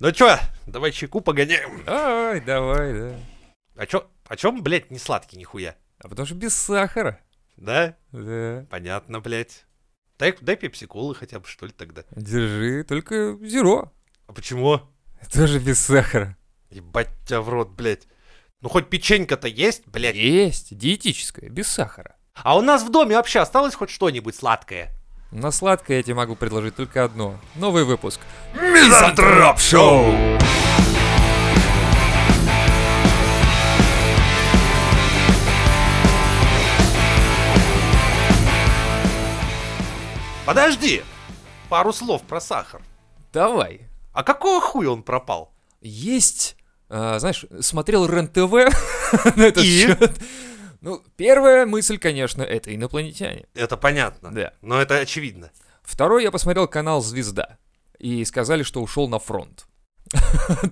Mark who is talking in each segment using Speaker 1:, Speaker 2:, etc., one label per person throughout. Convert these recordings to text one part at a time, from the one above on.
Speaker 1: Ну чё, давай чайку погоняем.
Speaker 2: Ай, давай, да.
Speaker 1: А чё, о чем, блядь, не сладкий нихуя?
Speaker 2: А потому что без сахара.
Speaker 1: Да?
Speaker 2: Да.
Speaker 1: Понятно, блядь. Дай, дай пепси-колы хотя бы, что ли, тогда.
Speaker 2: Держи, только зеро.
Speaker 1: А почему?
Speaker 2: Тоже без сахара.
Speaker 1: Ебать тебя в рот, блядь. Ну хоть печенька-то есть, блядь.
Speaker 2: Есть, диетическое, без сахара.
Speaker 1: А у нас в доме вообще осталось хоть что-нибудь сладкое?
Speaker 2: На сладкое я тебе могу предложить только одно. Новый выпуск.
Speaker 1: Мизантроп Шоу! Подожди! Пару слов про сахар.
Speaker 2: Давай.
Speaker 1: А какого хуя он пропал?
Speaker 2: Есть, а, знаешь, смотрел РЕН-ТВ на этот
Speaker 1: И?
Speaker 2: счет. Ну, первая мысль, конечно, это инопланетяне.
Speaker 1: Это понятно.
Speaker 2: Да.
Speaker 1: Но это очевидно.
Speaker 2: Второй я посмотрел канал «Звезда». И сказали, что ушел на фронт.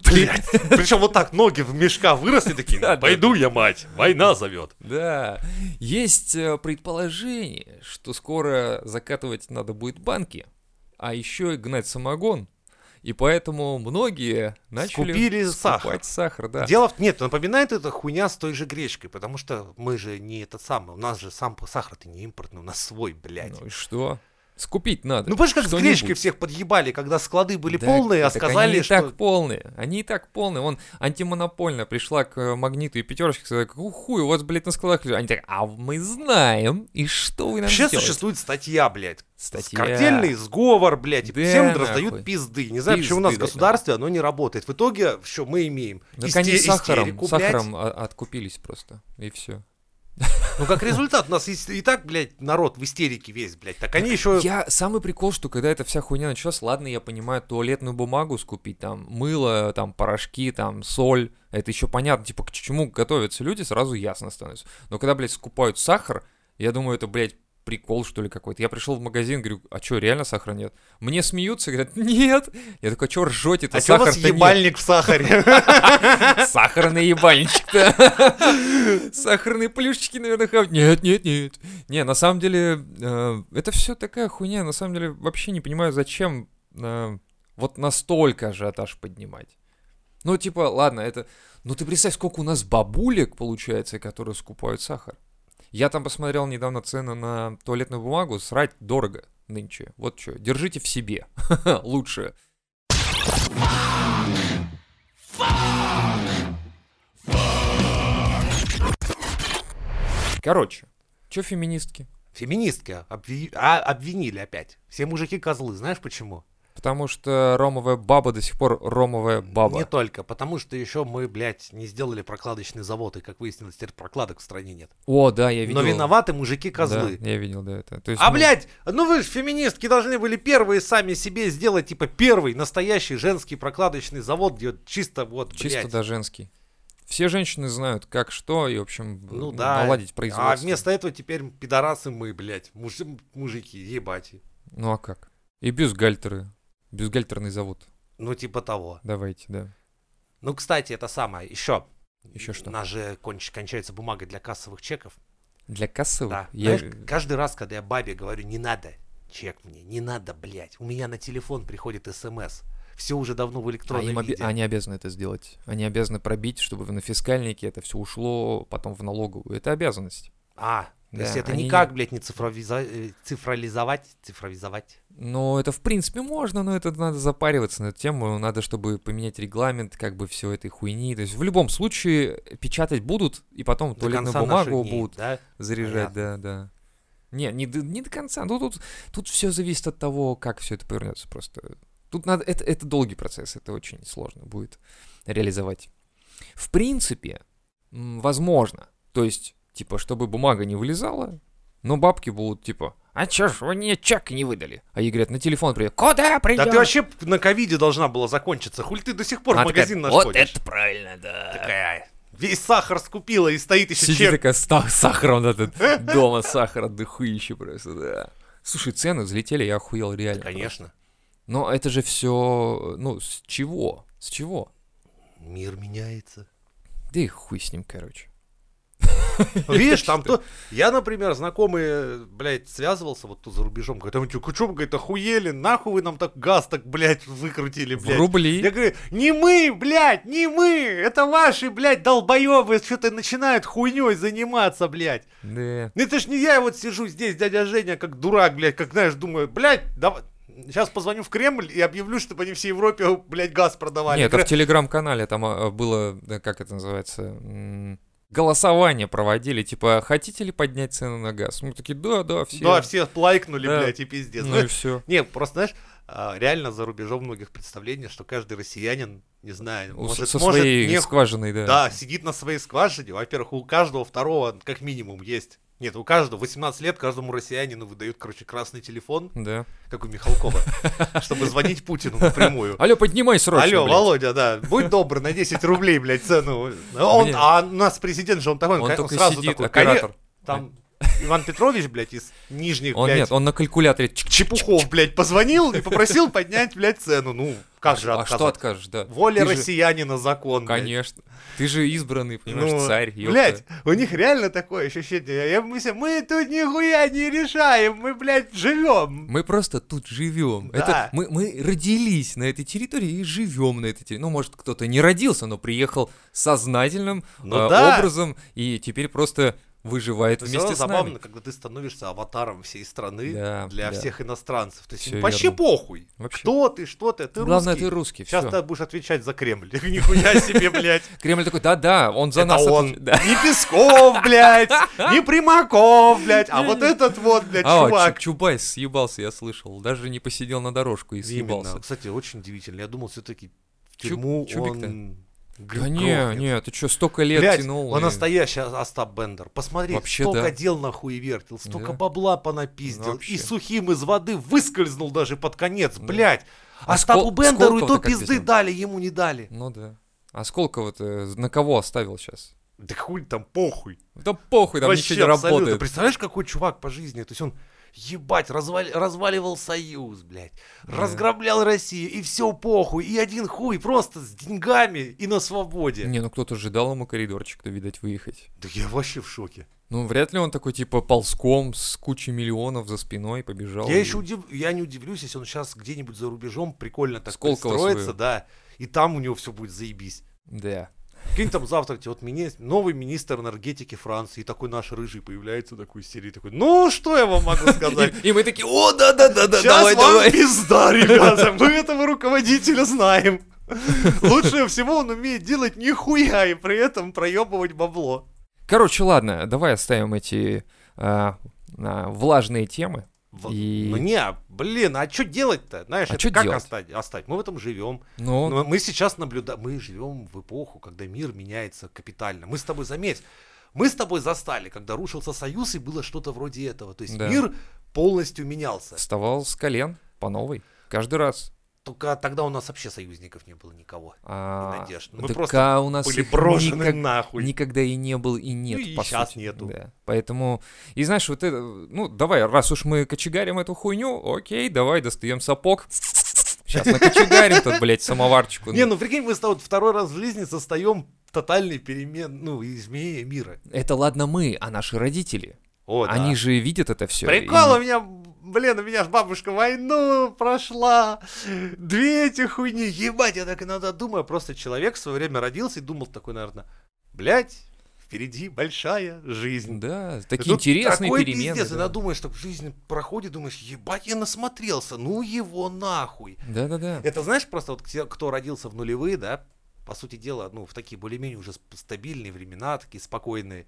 Speaker 1: Блять. Причем вот так ноги в мешка выросли такие.
Speaker 2: Да, да.
Speaker 1: Пойду я, мать, война зовет.
Speaker 2: Да, есть э, предположение, что скоро закатывать надо будет банки, а еще и гнать самогон. И поэтому многие начали
Speaker 1: Скупили сахар.
Speaker 2: скупать сахар, да.
Speaker 1: Дело в... Нет, напоминает это хуйня с той же гречкой, потому что мы же не этот самый, у нас же сам сахар-то не импортный, у нас свой, блядь.
Speaker 2: Ну и что? Скупить надо.
Speaker 1: Ну, понимаешь, как с
Speaker 2: что-нибудь.
Speaker 1: гречкой всех подъебали, когда склады были
Speaker 2: Да,
Speaker 1: полные, а
Speaker 2: так
Speaker 1: сказали,
Speaker 2: они и
Speaker 1: что...
Speaker 2: так полные, они и так полные. Он антимонопольно пришла к э, Магниту и Пятерочке, сказала, «Какой хуй, у вас, блядь, на складах лежит». Они так, а мы знаем, и что вы нам
Speaker 1: Вообще
Speaker 2: сделаете?»
Speaker 1: существует статья, блядь.
Speaker 2: Статья.
Speaker 1: Картельный сговор, блядь. и
Speaker 2: Да,
Speaker 1: всем раздают
Speaker 2: нахуй.
Speaker 1: пизды. Не знаю, почему у
Speaker 2: Пизды
Speaker 1: нас в
Speaker 2: дают,
Speaker 1: государстве оно не работает. В итоге, что мы имеем?
Speaker 2: Так
Speaker 1: Исте-
Speaker 2: они сахаром,
Speaker 1: истерику, блядь.
Speaker 2: сахаром а- откупились просто, и все.
Speaker 1: Ну, как результат, у нас и, и так, блядь, народ в истерике весь, блядь. Так они еще...
Speaker 2: Я самый прикол, что когда эта вся хуйня началась, ладно, я понимаю, туалетную бумагу скупить, там мыло, там порошки, там соль, это еще понятно, типа к чему готовятся люди, сразу ясно становится. Но когда, блядь, скупают сахар, я думаю, это, блядь, прикол, что ли, какой-то. Я пришел в магазин, говорю, а что, реально сахара нет? Мне смеются, говорят, нет. Я такой, а что ржете-то?
Speaker 1: А чё у вас
Speaker 2: Сахар-то нет».
Speaker 1: ебальник в сахаре?
Speaker 2: Сахарный ебальничек-то. Сахарные плюшечки, наверное, хавать. Нет, нет, нет. Не, на самом деле, э, это все такая хуйня. На самом деле, вообще не понимаю, зачем э, вот настолько ажиотаж поднимать. Ну, типа, ладно, это... Ну, ты представь, сколько у нас бабулек, получается, которые скупают сахар. Я там посмотрел недавно цены на туалетную бумагу. Срать дорого нынче. Вот что, держите в себе. Лучше. Короче, что феминистки?
Speaker 1: Феминистки обви- а, обвинили опять. Все мужики козлы, знаешь почему?
Speaker 2: Потому что ромовая баба до сих пор ромовая баба.
Speaker 1: Не только, потому что еще мы, блядь, не сделали прокладочный завод, и, как выяснилось, теперь прокладок в стране нет.
Speaker 2: О, да, я
Speaker 1: Но
Speaker 2: видел.
Speaker 1: виноваты мужики козлы.
Speaker 2: Да, я видел, да, это. То есть
Speaker 1: А,
Speaker 2: мы-
Speaker 1: блядь, ну вы же феминистки должны были первые сами себе сделать, типа, первый настоящий женский прокладочный завод, где вот чисто вот,
Speaker 2: Чисто,
Speaker 1: блядь. А
Speaker 2: да, женский. Все женщины знают, как что, и, в общем,
Speaker 1: Ну
Speaker 2: м,
Speaker 1: да.
Speaker 2: наладить
Speaker 1: А
Speaker 2: производство.
Speaker 1: вместо этого теперь пидорасы мы, блядь, муж- мужики, ебать.
Speaker 2: Ну а как? И бюстгальтеры. Бюстгальтерный завод.
Speaker 1: Ну, типа того.
Speaker 2: Давайте, да.
Speaker 1: Ну, кстати, это самое, еще.
Speaker 2: Еще что?
Speaker 1: У нас же конч- кончается бумага для кассовых чеков.
Speaker 2: Для кассовых?
Speaker 1: Да.
Speaker 2: Я- э,
Speaker 1: Знаешь, каждый раз, когда я бабе говорю, не надо, чек мне, не надо, блядь. У меня на телефон приходит смс. Все уже давно в
Speaker 2: А
Speaker 1: электронном
Speaker 2: им обе-
Speaker 1: виде.
Speaker 2: Они обязаны это сделать. Они обязаны пробить, чтобы на фискальнике это все ушло потом в налоговую. Это обязанность.
Speaker 1: А, то есть
Speaker 2: Да,
Speaker 1: это
Speaker 2: они-
Speaker 1: никак, блядь, не цифровиза- э, цифрализовать, цифровизовать.
Speaker 2: Но Ну, это в принципе можно, но это надо запариваться на эту тему. Надо, чтобы поменять регламент, как бы все этой хуйни. То есть в любом случае печатать будут, и потом
Speaker 1: До
Speaker 2: туалетную
Speaker 1: конца наших
Speaker 2: Ну, бумагу
Speaker 1: дней,
Speaker 2: будут
Speaker 1: да?
Speaker 2: Заряжать, да, да. Не, не, до- не до конца. Ну, тут, тут все зависит от того, как все это повернется. Просто тут надо. Это, это долгий процесс, это очень сложно будет реализовать. В принципе, м, возможно. То есть, типа, чтобы бумага не вылезала, но бабки будут типа. А чё ж вы мне чек не выдали? А ей говорят, на телефон придет. Куда придет?
Speaker 1: Да ты вообще на ковиде должна была закончиться. Хуль ты до сих пор в магазин наш
Speaker 2: А Вот
Speaker 1: ходишь?»
Speaker 2: это правильно, да.
Speaker 1: Такая, весь сахар скупила и стоит еще
Speaker 2: Сидит
Speaker 1: чек.
Speaker 2: такая с та- сахаром, да, тут дома сахара дохуище просто, да. Слушай, цены взлетели, я охуел реально.
Speaker 1: Конечно.
Speaker 2: Но это же все, ну, с чего? С чего?
Speaker 1: Мир меняется.
Speaker 2: Да и хуй с ним, короче.
Speaker 1: Видишь,
Speaker 2: Это
Speaker 1: там то... Я, например, знакомые, блядь, связывался вот тут за рубежом. Говорит, а вы что, кучом, говорит, охуели, нахуй вы нам так газ так, блядь, выкрутили,
Speaker 2: В
Speaker 1: блядь.
Speaker 2: рубли.
Speaker 1: Я говорю, не мы, блядь, не мы, это ваши, блядь, долбоебы, что-то начинают хуйней заниматься, блядь.
Speaker 2: Да.
Speaker 1: Ну это ж не я вот сижу здесь, дядя Женя, как дурак, блядь, как, знаешь, думаю, блядь, давай... Сейчас позвоню в Кремль и объявлю, чтобы они всей Европе, блядь, газ продавали.
Speaker 2: Нет, это
Speaker 1: Кре-
Speaker 2: в телеграм-канале там а, а, было, да, как это называется, м, голосование проводили, типа, хотите ли поднять цены на газ? Мы такие, да, да, все.
Speaker 1: Да, «Ну, а все лайкнули,
Speaker 2: Да.
Speaker 1: блядь, и пиздец.
Speaker 2: Ну и все.
Speaker 1: Не, просто знаешь, а, реально за рубежом многих представлений, что каждый россиянин, не знаю, может,
Speaker 2: Ну, Со
Speaker 1: может,
Speaker 2: своей
Speaker 1: не ху-
Speaker 2: скважиной, да.
Speaker 1: да, сидит на своей скважине. Во-первых, у каждого второго как минимум есть. Нет, у каждого 18 лет каждому россиянину выдают, короче, красный телефон,
Speaker 2: Да.
Speaker 1: как у Михалкова, чтобы звонить Путину напрямую.
Speaker 2: Алло, поднимай срочно,
Speaker 1: Алло,
Speaker 2: А, блядь.
Speaker 1: Володя, да, будь добр, на 10 рублей, блядь, цену. Он-
Speaker 2: Блин.
Speaker 1: а у нас президент же, он такой,
Speaker 2: Он
Speaker 1: ка-
Speaker 2: только
Speaker 1: сразу
Speaker 2: сидит,
Speaker 1: такой,
Speaker 2: оператор.
Speaker 1: «Коне- Там Иван Петрович, блядь, из нижних,
Speaker 2: Он
Speaker 1: блядь,
Speaker 2: нет, он на калькуляторе. чик, чик,
Speaker 1: Чепухов, блядь, позвонил и попросил поднять, блядь, цену. Ну, как же
Speaker 2: А что
Speaker 1: отказать?
Speaker 2: откажешь, да?
Speaker 1: Воля
Speaker 2: Ты же-
Speaker 1: россиянина закон, блядь.
Speaker 2: Конечно. Ты же избранный, понимаешь,
Speaker 1: Ну,
Speaker 2: царь. ёпта.
Speaker 1: блядь, у них реально такое ощущение. Я- мы, се- мы тут нихуя не решаем, мы, блядь, живем.
Speaker 2: Мы просто тут живем.
Speaker 1: Да.
Speaker 2: Это мы, мы родились на этой территории и живем на этой территории. Ну, может, кто-то не родился, но приехал сознательным
Speaker 1: Ну
Speaker 2: э,
Speaker 1: да.
Speaker 2: образом и теперь просто выживает
Speaker 1: Все
Speaker 2: вместе
Speaker 1: равно
Speaker 2: с
Speaker 1: забавно,
Speaker 2: нами.
Speaker 1: когда ты становишься аватаром всей страны
Speaker 2: Да,
Speaker 1: для
Speaker 2: да.
Speaker 1: всех иностранцев. То есть
Speaker 2: Всё
Speaker 1: им вообще
Speaker 2: верно.
Speaker 1: похуй.
Speaker 2: Вообще.
Speaker 1: Кто ты, что ты, ты
Speaker 2: Главное,
Speaker 1: русский.
Speaker 2: ты русский.
Speaker 1: Сейчас
Speaker 2: всё.
Speaker 1: ты будешь отвечать за Кремль. Нихуя себе, блядь.
Speaker 2: Кремль такой, да-да, он за
Speaker 1: это
Speaker 2: нас.
Speaker 1: он.
Speaker 2: отвечает». Да.
Speaker 1: Не Песков, блядь, не Примаков, блядь, а вот этот вот, блядь,
Speaker 2: А,
Speaker 1: чувак.
Speaker 2: Чу- Чубайс съебался, я слышал. Даже не посидел на дорожку и съебался.
Speaker 1: Именно. Кстати, очень удивительно. Я думал, все-таки в
Speaker 2: Чу-
Speaker 1: тюрьму
Speaker 2: Чубик-то?
Speaker 1: он...
Speaker 2: Да
Speaker 1: грохнет.
Speaker 2: не, не, ты что, столько лет
Speaker 1: Блядь,
Speaker 2: тянул.
Speaker 1: он
Speaker 2: и-
Speaker 1: настоящий А- Остап Бендер. Посмотри,
Speaker 2: Вообще,
Speaker 1: столько
Speaker 2: да.
Speaker 1: дел нахуй вертел, столько
Speaker 2: Да.
Speaker 1: бабла понапиздил.
Speaker 2: Вообще.
Speaker 1: И сухим из воды выскользнул даже под конец,
Speaker 2: Да.
Speaker 1: блядь.
Speaker 2: А
Speaker 1: Остапу
Speaker 2: Скол-
Speaker 1: Бендеру и
Speaker 2: Сколково-то
Speaker 1: то
Speaker 2: как
Speaker 1: пизды
Speaker 2: пиздил?
Speaker 1: дали, ему не дали.
Speaker 2: Ну да. А Сколково-то на кого оставил сейчас?
Speaker 1: Да хуй там, похуй.
Speaker 2: Да похуй, там
Speaker 1: Вообще
Speaker 2: ничего не
Speaker 1: абсолютно.
Speaker 2: работает.
Speaker 1: Представляешь, какой чувак по жизни? То есть он, ебать, развали- разваливал Союз, блядь.
Speaker 2: Да.
Speaker 1: Разграблял Россию, и все похуй. И один хуй, просто с деньгами и на свободе.
Speaker 2: Не, ну кто-то же дал ему коридорчик-то, видать, выехать.
Speaker 1: Да я вообще в шоке.
Speaker 2: Ну, вряд ли он такой, типа, ползком с кучей миллионов за спиной побежал.
Speaker 1: Я
Speaker 2: и-
Speaker 1: еще удив- я не удивлюсь, если он сейчас где-нибудь за рубежом прикольно так
Speaker 2: Сколково
Speaker 1: строится,
Speaker 2: свою.
Speaker 1: да, и там у него все будет заебись.
Speaker 2: Да.
Speaker 1: Кинь там завтра, тебе вот мини- новый министр энергетики Франции, и такой наш рыжий появляется, такой из серии, такой, ну, что я вам могу сказать?
Speaker 2: И, и мы такие, о, да-да-да-да,
Speaker 1: Сейчас
Speaker 2: давай,
Speaker 1: вам
Speaker 2: давай.
Speaker 1: пизда, ребята, мы этого руководителя знаем. Лучше всего он умеет делать нихуя и при этом проебывать бабло.
Speaker 2: Короче, ладно, давай оставим эти а, а, влажные темы.
Speaker 1: Вот.
Speaker 2: И-
Speaker 1: Ну не, блин, а что делать-то? Знаешь,
Speaker 2: А
Speaker 1: это
Speaker 2: чё
Speaker 1: как
Speaker 2: делать?
Speaker 1: оставить? оставить? Мы в этом живем.
Speaker 2: Ну,
Speaker 1: Но мы сейчас наблюдаем, мы живем в эпоху, когда мир меняется капитально. Мы с тобой, заметь, мы с тобой застали, когда рушился Союз, и было что-то вроде этого. То есть
Speaker 2: Да.
Speaker 1: мир полностью менялся.
Speaker 2: вставал с колен по новой каждый раз.
Speaker 1: Только тогда у нас вообще союзников не было никого.
Speaker 2: А,
Speaker 1: надежд. Ну, Мы
Speaker 2: так,
Speaker 1: просто
Speaker 2: а у нас
Speaker 1: Были
Speaker 2: их
Speaker 1: брошены
Speaker 2: никак-
Speaker 1: нахуй.
Speaker 2: Никогда и не был, и нет.
Speaker 1: Ну и
Speaker 2: по
Speaker 1: щас
Speaker 2: сути.
Speaker 1: нету.
Speaker 2: Да. Поэтому, и знаешь, вот это, ну, давай, раз уж мы кочегарим эту хуйню, окей, давай, достаем сапог. Сейчас накочегарим тут, блядь, самоварчику.
Speaker 1: Не, ну прикинь, мы с тобой второй раз в жизни состаем тотальный перемен, ну, изменение мира.
Speaker 2: Это ладно мы, а наши родители.
Speaker 1: О, да.
Speaker 2: Они э, же видят это все.
Speaker 1: Прикол, а у меня, блин, у меня ж бабушка войну прошла. Две эти хуйни. Ебать, я так иногда думаю. Просто человек в свое время родился и думал такой, наверное, блядь, впереди большая жизнь.
Speaker 2: Да,
Speaker 1: И
Speaker 2: такие
Speaker 1: тут
Speaker 2: интересные
Speaker 1: такой
Speaker 2: перемены.
Speaker 1: пиздец, иногда
Speaker 2: да.
Speaker 1: думаешь, так жизнь проходит, думаешь, ебать, я насмотрелся, ну его нахуй.
Speaker 2: Да-да-да.
Speaker 1: Это знаешь, просто вот те, кто родился в нулевые, да, по сути дела, ну, в такие более-менее уже сп- стабильные времена, такие спокойные,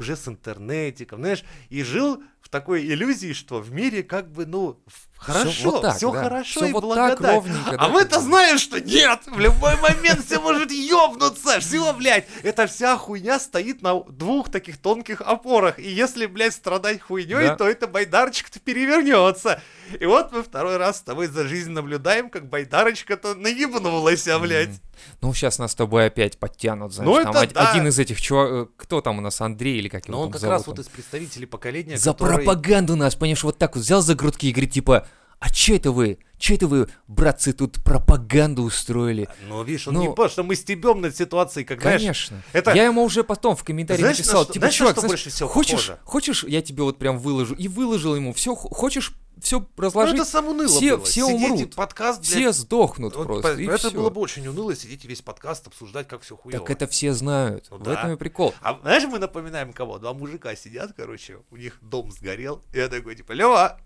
Speaker 1: уже с интернетиком, знаешь, и жил в такой иллюзии, что в мире как бы, ну, в- хорошо, все,
Speaker 2: вот так, да.
Speaker 1: хорошо
Speaker 2: Всё
Speaker 1: и
Speaker 2: вот так
Speaker 1: благодать.
Speaker 2: ровненько, да,
Speaker 1: а мы-то
Speaker 2: как бы.
Speaker 1: знаем, что нет, в любой момент все может ёбнуться, все, блядь, эта вся хуйня стоит на двух таких тонких опорах, и если, блядь, страдать хуйней,
Speaker 2: Да.
Speaker 1: то это байдарочка-то перевернется. И вот мы второй раз с тобой за жизнь наблюдаем, как байдарочка-то наебнулась, а, блядь.
Speaker 2: М. Ну, сейчас нас с тобой опять подтянут, знаешь,
Speaker 1: Ну,
Speaker 2: там
Speaker 1: это
Speaker 2: од-
Speaker 1: да.
Speaker 2: один из этих чувак, э, кто там у нас, Андрей или как его
Speaker 1: Но он
Speaker 2: там
Speaker 1: как
Speaker 2: зовут
Speaker 1: раз
Speaker 2: там?
Speaker 1: вот из представителей поколения,
Speaker 2: За
Speaker 1: которые-
Speaker 2: пропаганду нас, понимаешь, вот так вот взял за грудки и говорит, типа, а че это вы, че это вы, братцы, тут пропаганду устроили?
Speaker 1: Но видишь, он
Speaker 2: Ну,
Speaker 1: не понял, что мы стебем над ситуацией, как знаешь,
Speaker 2: Конечно.
Speaker 1: это-
Speaker 2: Я ему уже потом в комментарии
Speaker 1: Знаешь, на
Speaker 2: написал,
Speaker 1: что-
Speaker 2: типа,
Speaker 1: знаешь, на
Speaker 2: чувак,
Speaker 1: что
Speaker 2: знаешь,
Speaker 1: больше всего
Speaker 2: хочешь,
Speaker 1: похоже?
Speaker 2: хочешь, я тебе вот прям выложу. И выложил ему, все, хочешь, все
Speaker 1: Ну,
Speaker 2: разложить,
Speaker 1: это сам уныло
Speaker 2: все-
Speaker 1: было.
Speaker 2: все
Speaker 1: Сидеть и
Speaker 2: умрут.
Speaker 1: подкаст, блядь,
Speaker 2: все сдохнут
Speaker 1: вот,
Speaker 2: просто.
Speaker 1: по-
Speaker 2: и
Speaker 1: это
Speaker 2: всё.
Speaker 1: было бы очень уныло сидеть и весь подкаст обсуждать, как все хуево.
Speaker 2: Так это все знают.
Speaker 1: Ну
Speaker 2: в
Speaker 1: да.
Speaker 2: этом и прикол.
Speaker 1: А знаешь, мы напоминаем кого? Два мужика сидят, короче, у них дом сгорел. И я такой, типа, Лева,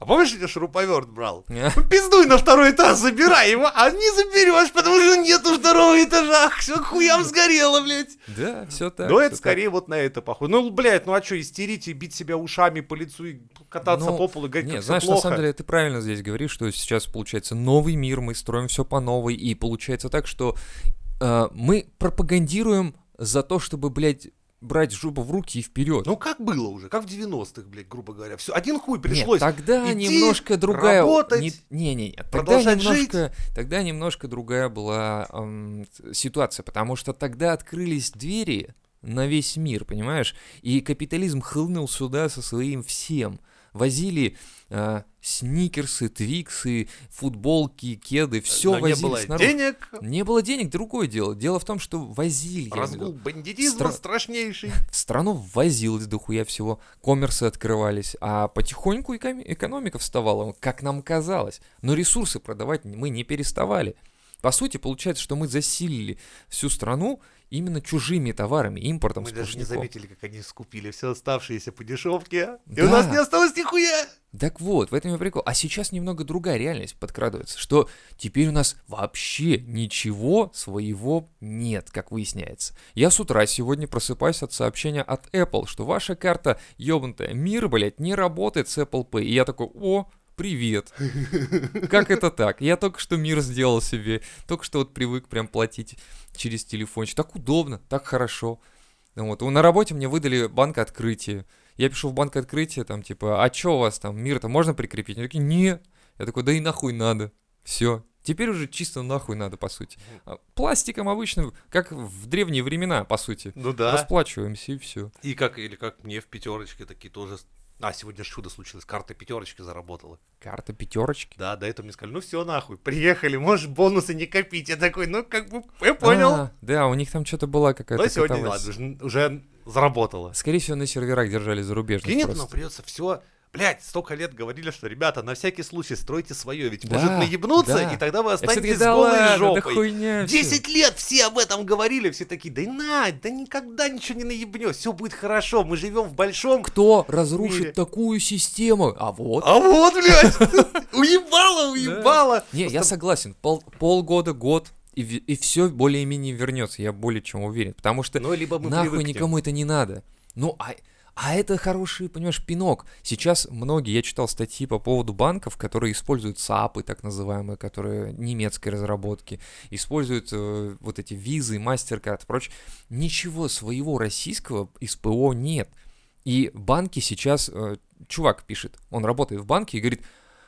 Speaker 1: а помнишь, я шуруповерт брал? Пиздуй на второй этаж, забирай его, а не заберешь, потому что нету второго этажа, все к хуям сгорело, блядь.
Speaker 2: Да, все так.
Speaker 1: Но
Speaker 2: всё
Speaker 1: Ну это
Speaker 2: так.
Speaker 1: скорее вот на это похоже. Ну, блядь, ну а что, истерить и бить себя ушами по лицу и кататься
Speaker 2: Ну,
Speaker 1: по полу и говорить,
Speaker 2: Не,
Speaker 1: как всё
Speaker 2: знаешь, на
Speaker 1: плохо?
Speaker 2: самом деле ты правильно здесь говоришь, что сейчас получается новый мир, мы строим все по новой, и получается так, что э, мы пропагандируем за то, чтобы, блядь, брать жопу в руки и вперед.
Speaker 1: Ну, как было уже, как в 90-х, блядь, грубо говоря. Все, один хуй пришлось.
Speaker 2: Нет, тогда
Speaker 1: идти,
Speaker 2: немножко другая...
Speaker 1: работать,
Speaker 2: не, не, не, тогда
Speaker 1: продолжать
Speaker 2: немножко, тогда немножко другая была эм, т- ситуация, потому что тогда открылись двери на весь мир, понимаешь? И капитализм хлынул сюда со своим всем. Возили э, сникерсы, твиксы, футболки, кеды, все
Speaker 1: Но не
Speaker 2: возили
Speaker 1: было
Speaker 2: снаружи.
Speaker 1: денег,
Speaker 2: Не было денег, другое дело. Дело в том, что возили. я имею в виду.
Speaker 1: разгул бандитизма
Speaker 2: Стра-
Speaker 1: страшнейший.
Speaker 2: В страну ввозилось дохуя всего, коммерсы открывались, а потихоньку эконом- экономика вставала, как нам казалось. Но ресурсы продавать мы не переставали. По сути, получается, что мы засилили всю страну именно чужими товарами, импортом
Speaker 1: Мы даже не
Speaker 2: сплошняком.
Speaker 1: заметили, как они скупили все оставшиеся по дешевке. И у
Speaker 2: Да.
Speaker 1: нас не осталось нихуя.
Speaker 2: Так вот, в этом и прикол. А сейчас немного другая реальность подкрадывается, что теперь у нас вообще ничего своего нет, как выясняется. Я с утра сегодня просыпаюсь от сообщения от Apple, что ваша карта ёбнутая мир, блядь, не работает с Apple Pay. И я такой, о, привет. Как это так? Я только что мир сделал себе, только что вот привык прям платить через телефончик. Так удобно, так хорошо. Вот. На работе мне выдали банк открытия. Я пишу в банк открытия, там, типа, а чё у вас там, мир-то можно прикрепить? Они такие, нет. Я такой, да и нахуй надо. Все. Теперь уже чисто нахуй надо, по сути. А Пластиком обычным, как в древние времена, по сути.
Speaker 1: Ну да.
Speaker 2: Расплачиваемся и все.
Speaker 1: И как, или как мне в пятерочке такие тоже... А, сегодня ж чудо случилось, карта пятерочки заработала.
Speaker 2: Карта пятерочки.
Speaker 1: Да, до этого мне сказали, ну все нахуй, приехали, можешь бонусы не копить. Я такой, ну как бы, я понял.
Speaker 2: А, да, у них там что-то была какая-то...
Speaker 1: Но сегодня,
Speaker 2: каталась.
Speaker 1: ладно, уже- уже заработало.
Speaker 2: Скорее всего, на серверах держали зарубежных
Speaker 1: Клиниту нам
Speaker 2: просто.
Speaker 1: придется все. Блять, столько лет говорили, что ребята, на всякий случай стройте свое, ведь
Speaker 2: Да,
Speaker 1: может наебнуться,
Speaker 2: да.
Speaker 1: и тогда вы
Speaker 2: Я всё-таки,
Speaker 1: останетесь с
Speaker 2: да
Speaker 1: голой
Speaker 2: ладно, да
Speaker 1: жопой.
Speaker 2: хуйня всё.
Speaker 1: 10 лет все об этом говорили, все такие, да и на, да никогда ничего не наебнешь, все будет хорошо, мы живем в большом...
Speaker 2: Кто разрушит
Speaker 1: мире.
Speaker 2: такую систему? А вот.
Speaker 1: А вот, блядь, уебало, уебало.
Speaker 2: Не, я согласен. Пол, полгода, год, и, ви- и все более-менее вернется. Я более чем уверен. Потому что
Speaker 1: Ну, либо мы
Speaker 2: нахуй
Speaker 1: привыкнем.
Speaker 2: никому это не надо. Ну, а, а это хороший, понимаешь, пинок. Сейчас многие, я читал статьи по поводу банков, которые используют САПы, так называемые, которые немецкой разработки, используют э, вот эти визы, мастер-карты, прочее. Ничего своего российского из ПО нет. И банки сейчас, э, чувак пишет, он работает в банке и говорит,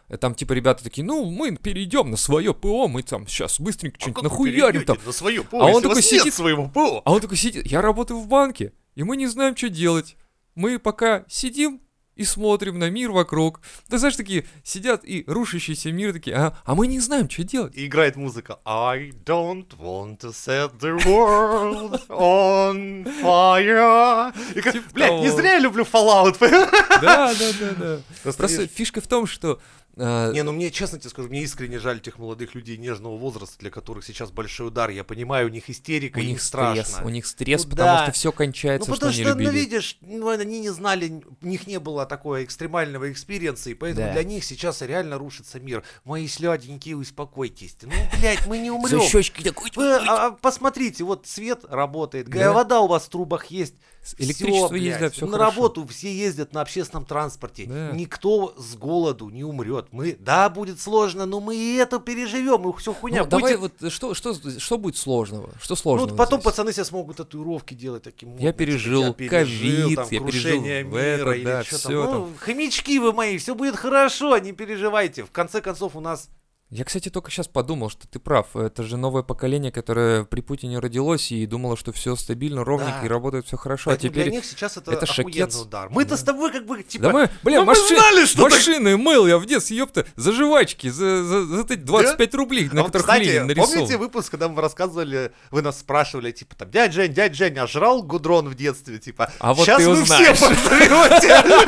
Speaker 2: э, там типа ребята такие, ну мы перейдем на свое ПО, мы там сейчас
Speaker 1: А
Speaker 2: быстренько что-нибудь нахуярим там.
Speaker 1: На свою ПО,
Speaker 2: А он
Speaker 1: если у
Speaker 2: такой
Speaker 1: вас нет
Speaker 2: сидит-
Speaker 1: своего ПО.
Speaker 2: А он такой сидит, я работаю в банке, и мы не знаем, что делать. Мы пока сидим и смотрим на мир вокруг. Да знаешь, такие сидят и рушащийся мир такие, а, а мы не знаем, что делать.
Speaker 1: И играет музыка I don't want to set the world on fire. И как,
Speaker 2: Типа
Speaker 1: блядь, не
Speaker 2: того.
Speaker 1: зря я люблю Fallout. понимаешь?
Speaker 2: Да, да, да, да.
Speaker 1: Просто
Speaker 2: Просто
Speaker 1: видишь-
Speaker 2: фишка в том, что... э,
Speaker 1: Не, ну мне, честно тебе скажу, мне искренне жаль тех молодых людей нежного возраста, для которых сейчас большой удар. Я понимаю, у них истерика,
Speaker 2: у
Speaker 1: им
Speaker 2: них
Speaker 1: страшно.
Speaker 2: стресс, у них стресс,
Speaker 1: Ну
Speaker 2: потому
Speaker 1: да.
Speaker 2: что все
Speaker 1: Ну,
Speaker 2: кончается, что
Speaker 1: потому
Speaker 2: они
Speaker 1: что, ну,
Speaker 2: любили.
Speaker 1: видишь, ну, они не знали, у них не было такого экстремального экспириенса, и поэтому
Speaker 2: Да.
Speaker 1: для них сейчас реально рушится мир. Мои сляденькие, успокойтесь. Ну, блядь, мы не
Speaker 2: За
Speaker 1: умрем.
Speaker 2: щечки такой...
Speaker 1: Вы, а, а, посмотрите, вот свет работает, га-
Speaker 2: Да.
Speaker 1: вода у вас в трубах есть.
Speaker 2: С-
Speaker 1: всё,
Speaker 2: Электричество есть, да,
Speaker 1: блядь.
Speaker 2: все
Speaker 1: На работу все ездят на общественном транспорте.
Speaker 2: Да.
Speaker 1: Никто с голоду не умрет. Мы, да, будет сложно, но мы и это переживем, и все хуйня. будет.
Speaker 2: давай вот, э, что, что, что будет сложного? Что
Speaker 1: Ну,
Speaker 2: сложного?
Speaker 1: вот потом
Speaker 2: здесь?
Speaker 1: пацаны себе смогут татуировки делать типа, таким
Speaker 2: Я пережил ковид, я пережил
Speaker 1: крушение
Speaker 2: в
Speaker 1: мира
Speaker 2: это,
Speaker 1: или
Speaker 2: да,
Speaker 1: что
Speaker 2: всё
Speaker 1: там. Ну, хомячки вы мои, все будет хорошо, не переживайте. В конце концов, у нас
Speaker 2: Я, кстати, только сейчас подумал, что ты прав. Это же новое поколение, которое при Путине родилось и думало, что все стабильно, ровненько
Speaker 1: Да.
Speaker 2: и работает все хорошо.
Speaker 1: Поэтому
Speaker 2: а теперь...
Speaker 1: для них сейчас это,
Speaker 2: это
Speaker 1: охуенный
Speaker 2: шокец.
Speaker 1: удар. Мы-то
Speaker 2: Да.
Speaker 1: с тобой как бы, типа,
Speaker 2: Да мы, бля,
Speaker 1: ну мы
Speaker 2: маши-
Speaker 1: знали, что так-
Speaker 2: машины мыл я в детстве, ёпта, за жвачки, за, за, за эти 25 рублей,
Speaker 1: А
Speaker 2: на
Speaker 1: вот,
Speaker 2: которых
Speaker 1: кстати,
Speaker 2: Ленин нарисован.
Speaker 1: помните выпуск, когда мы рассказывали, вы нас спрашивали, типа, там, дядь Жень, дядь Жень, а жрал гудрон в детстве, типа,
Speaker 2: А вот
Speaker 1: сейчас
Speaker 2: ты
Speaker 1: вы
Speaker 2: узнаешь».
Speaker 1: все патриоты.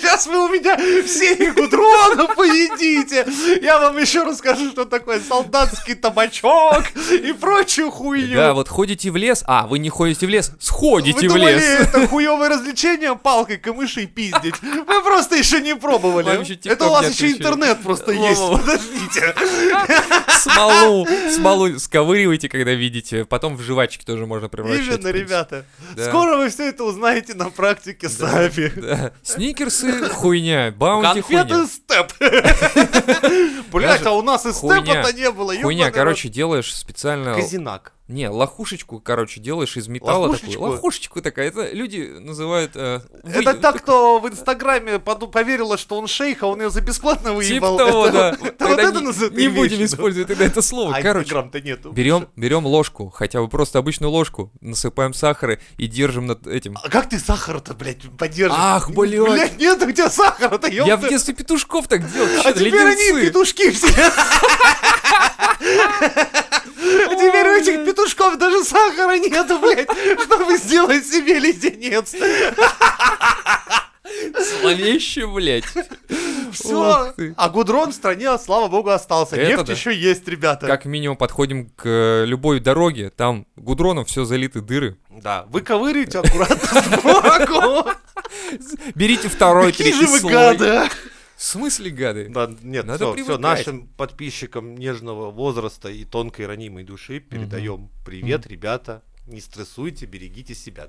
Speaker 1: Сейчас вы у меня все и гудрона поедите. Я вам еще расскажу, что такое солдатский табачок и прочую хуйню.
Speaker 2: Да, вот ходите в лес, а, вы не ходите в лес,
Speaker 1: Вы
Speaker 2: сходите в
Speaker 1: думали,
Speaker 2: лес.
Speaker 1: это хуевое развлечение палкой камышей пиздить? Вы просто еще не пробовали.
Speaker 2: Вам еще
Speaker 1: это у
Speaker 2: TikTok
Speaker 1: вас
Speaker 2: не
Speaker 1: еще
Speaker 2: отключили.
Speaker 1: интернет просто есть.
Speaker 2: Во-во.
Speaker 1: Подождите.
Speaker 2: Смолу, смолу сковыривайте, когда видите, потом в жвачки тоже можно превращать. в
Speaker 1: Именно,
Speaker 2: принципе.
Speaker 1: ребята.
Speaker 2: Да.
Speaker 1: Скоро вы все это узнаете на практике сами.
Speaker 2: Да. Сникерсы хуйня, баунти
Speaker 1: Конфеты
Speaker 2: хуйня.
Speaker 1: степ. Блять,
Speaker 2: Даже
Speaker 1: а у нас и
Speaker 2: хуйня.
Speaker 1: степа-то не было. ёбаный
Speaker 2: Хуйня,
Speaker 1: рот.
Speaker 2: короче, э, делаешь специально...
Speaker 1: Казинак.
Speaker 2: Не, лохушечку, короче, делаешь из металла
Speaker 1: Лохушечку?
Speaker 2: такую. Лохушечку такая, это люди называют... э, вы-
Speaker 1: Это та, кто в Инстаграме поду- поверила, что он шейх, а он ее за бесплатно выебал.
Speaker 2: Типа того,
Speaker 1: Это-
Speaker 2: да.
Speaker 1: вот
Speaker 2: Тогда
Speaker 1: это
Speaker 2: не-
Speaker 1: называют
Speaker 2: Не будем
Speaker 1: вещью.
Speaker 2: использовать тогда это слово.
Speaker 1: А
Speaker 2: Короче,
Speaker 1: Инстаграм-то нету.
Speaker 2: берем, берем ложку, хотя бы просто обычную ложку, насыпаем сахара и держим над этим.
Speaker 1: А как ты сахар-то, блядь, поддержишь?
Speaker 2: Ах, блядь.
Speaker 1: Блядь, нет у тебя сахара-то,
Speaker 2: Я в
Speaker 1: ёпта.
Speaker 2: детстве петушков так делал,
Speaker 1: А
Speaker 2: чё-то
Speaker 1: теперь они
Speaker 2: леденцы.
Speaker 1: петушки все. А теперь у этих петушков даже сахара нету, блядь, чтобы сделать себе леденец.
Speaker 2: Зловеще, блядь.
Speaker 1: Все.
Speaker 2: Ух ты.
Speaker 1: А гудрон в стране, слава богу, остался.
Speaker 2: Это
Speaker 1: Нефть
Speaker 2: да.
Speaker 1: еще есть, ребята.
Speaker 2: Как минимум подходим к э, любой дороге, там гудроном все залиты дыры.
Speaker 1: Да, вы ковыряете аккуратно с молоком.
Speaker 2: Берите второй,
Speaker 1: Какие же
Speaker 2: третий
Speaker 1: вы
Speaker 2: слой.
Speaker 1: гады, а?
Speaker 2: В смысле гады?
Speaker 1: Да, нет,
Speaker 2: Надо
Speaker 1: все,
Speaker 2: привыкать.
Speaker 1: нашим подписчикам нежного возраста и тонкой ранимой души передаем привет, ребята. Не стрессуйте, берегите себя.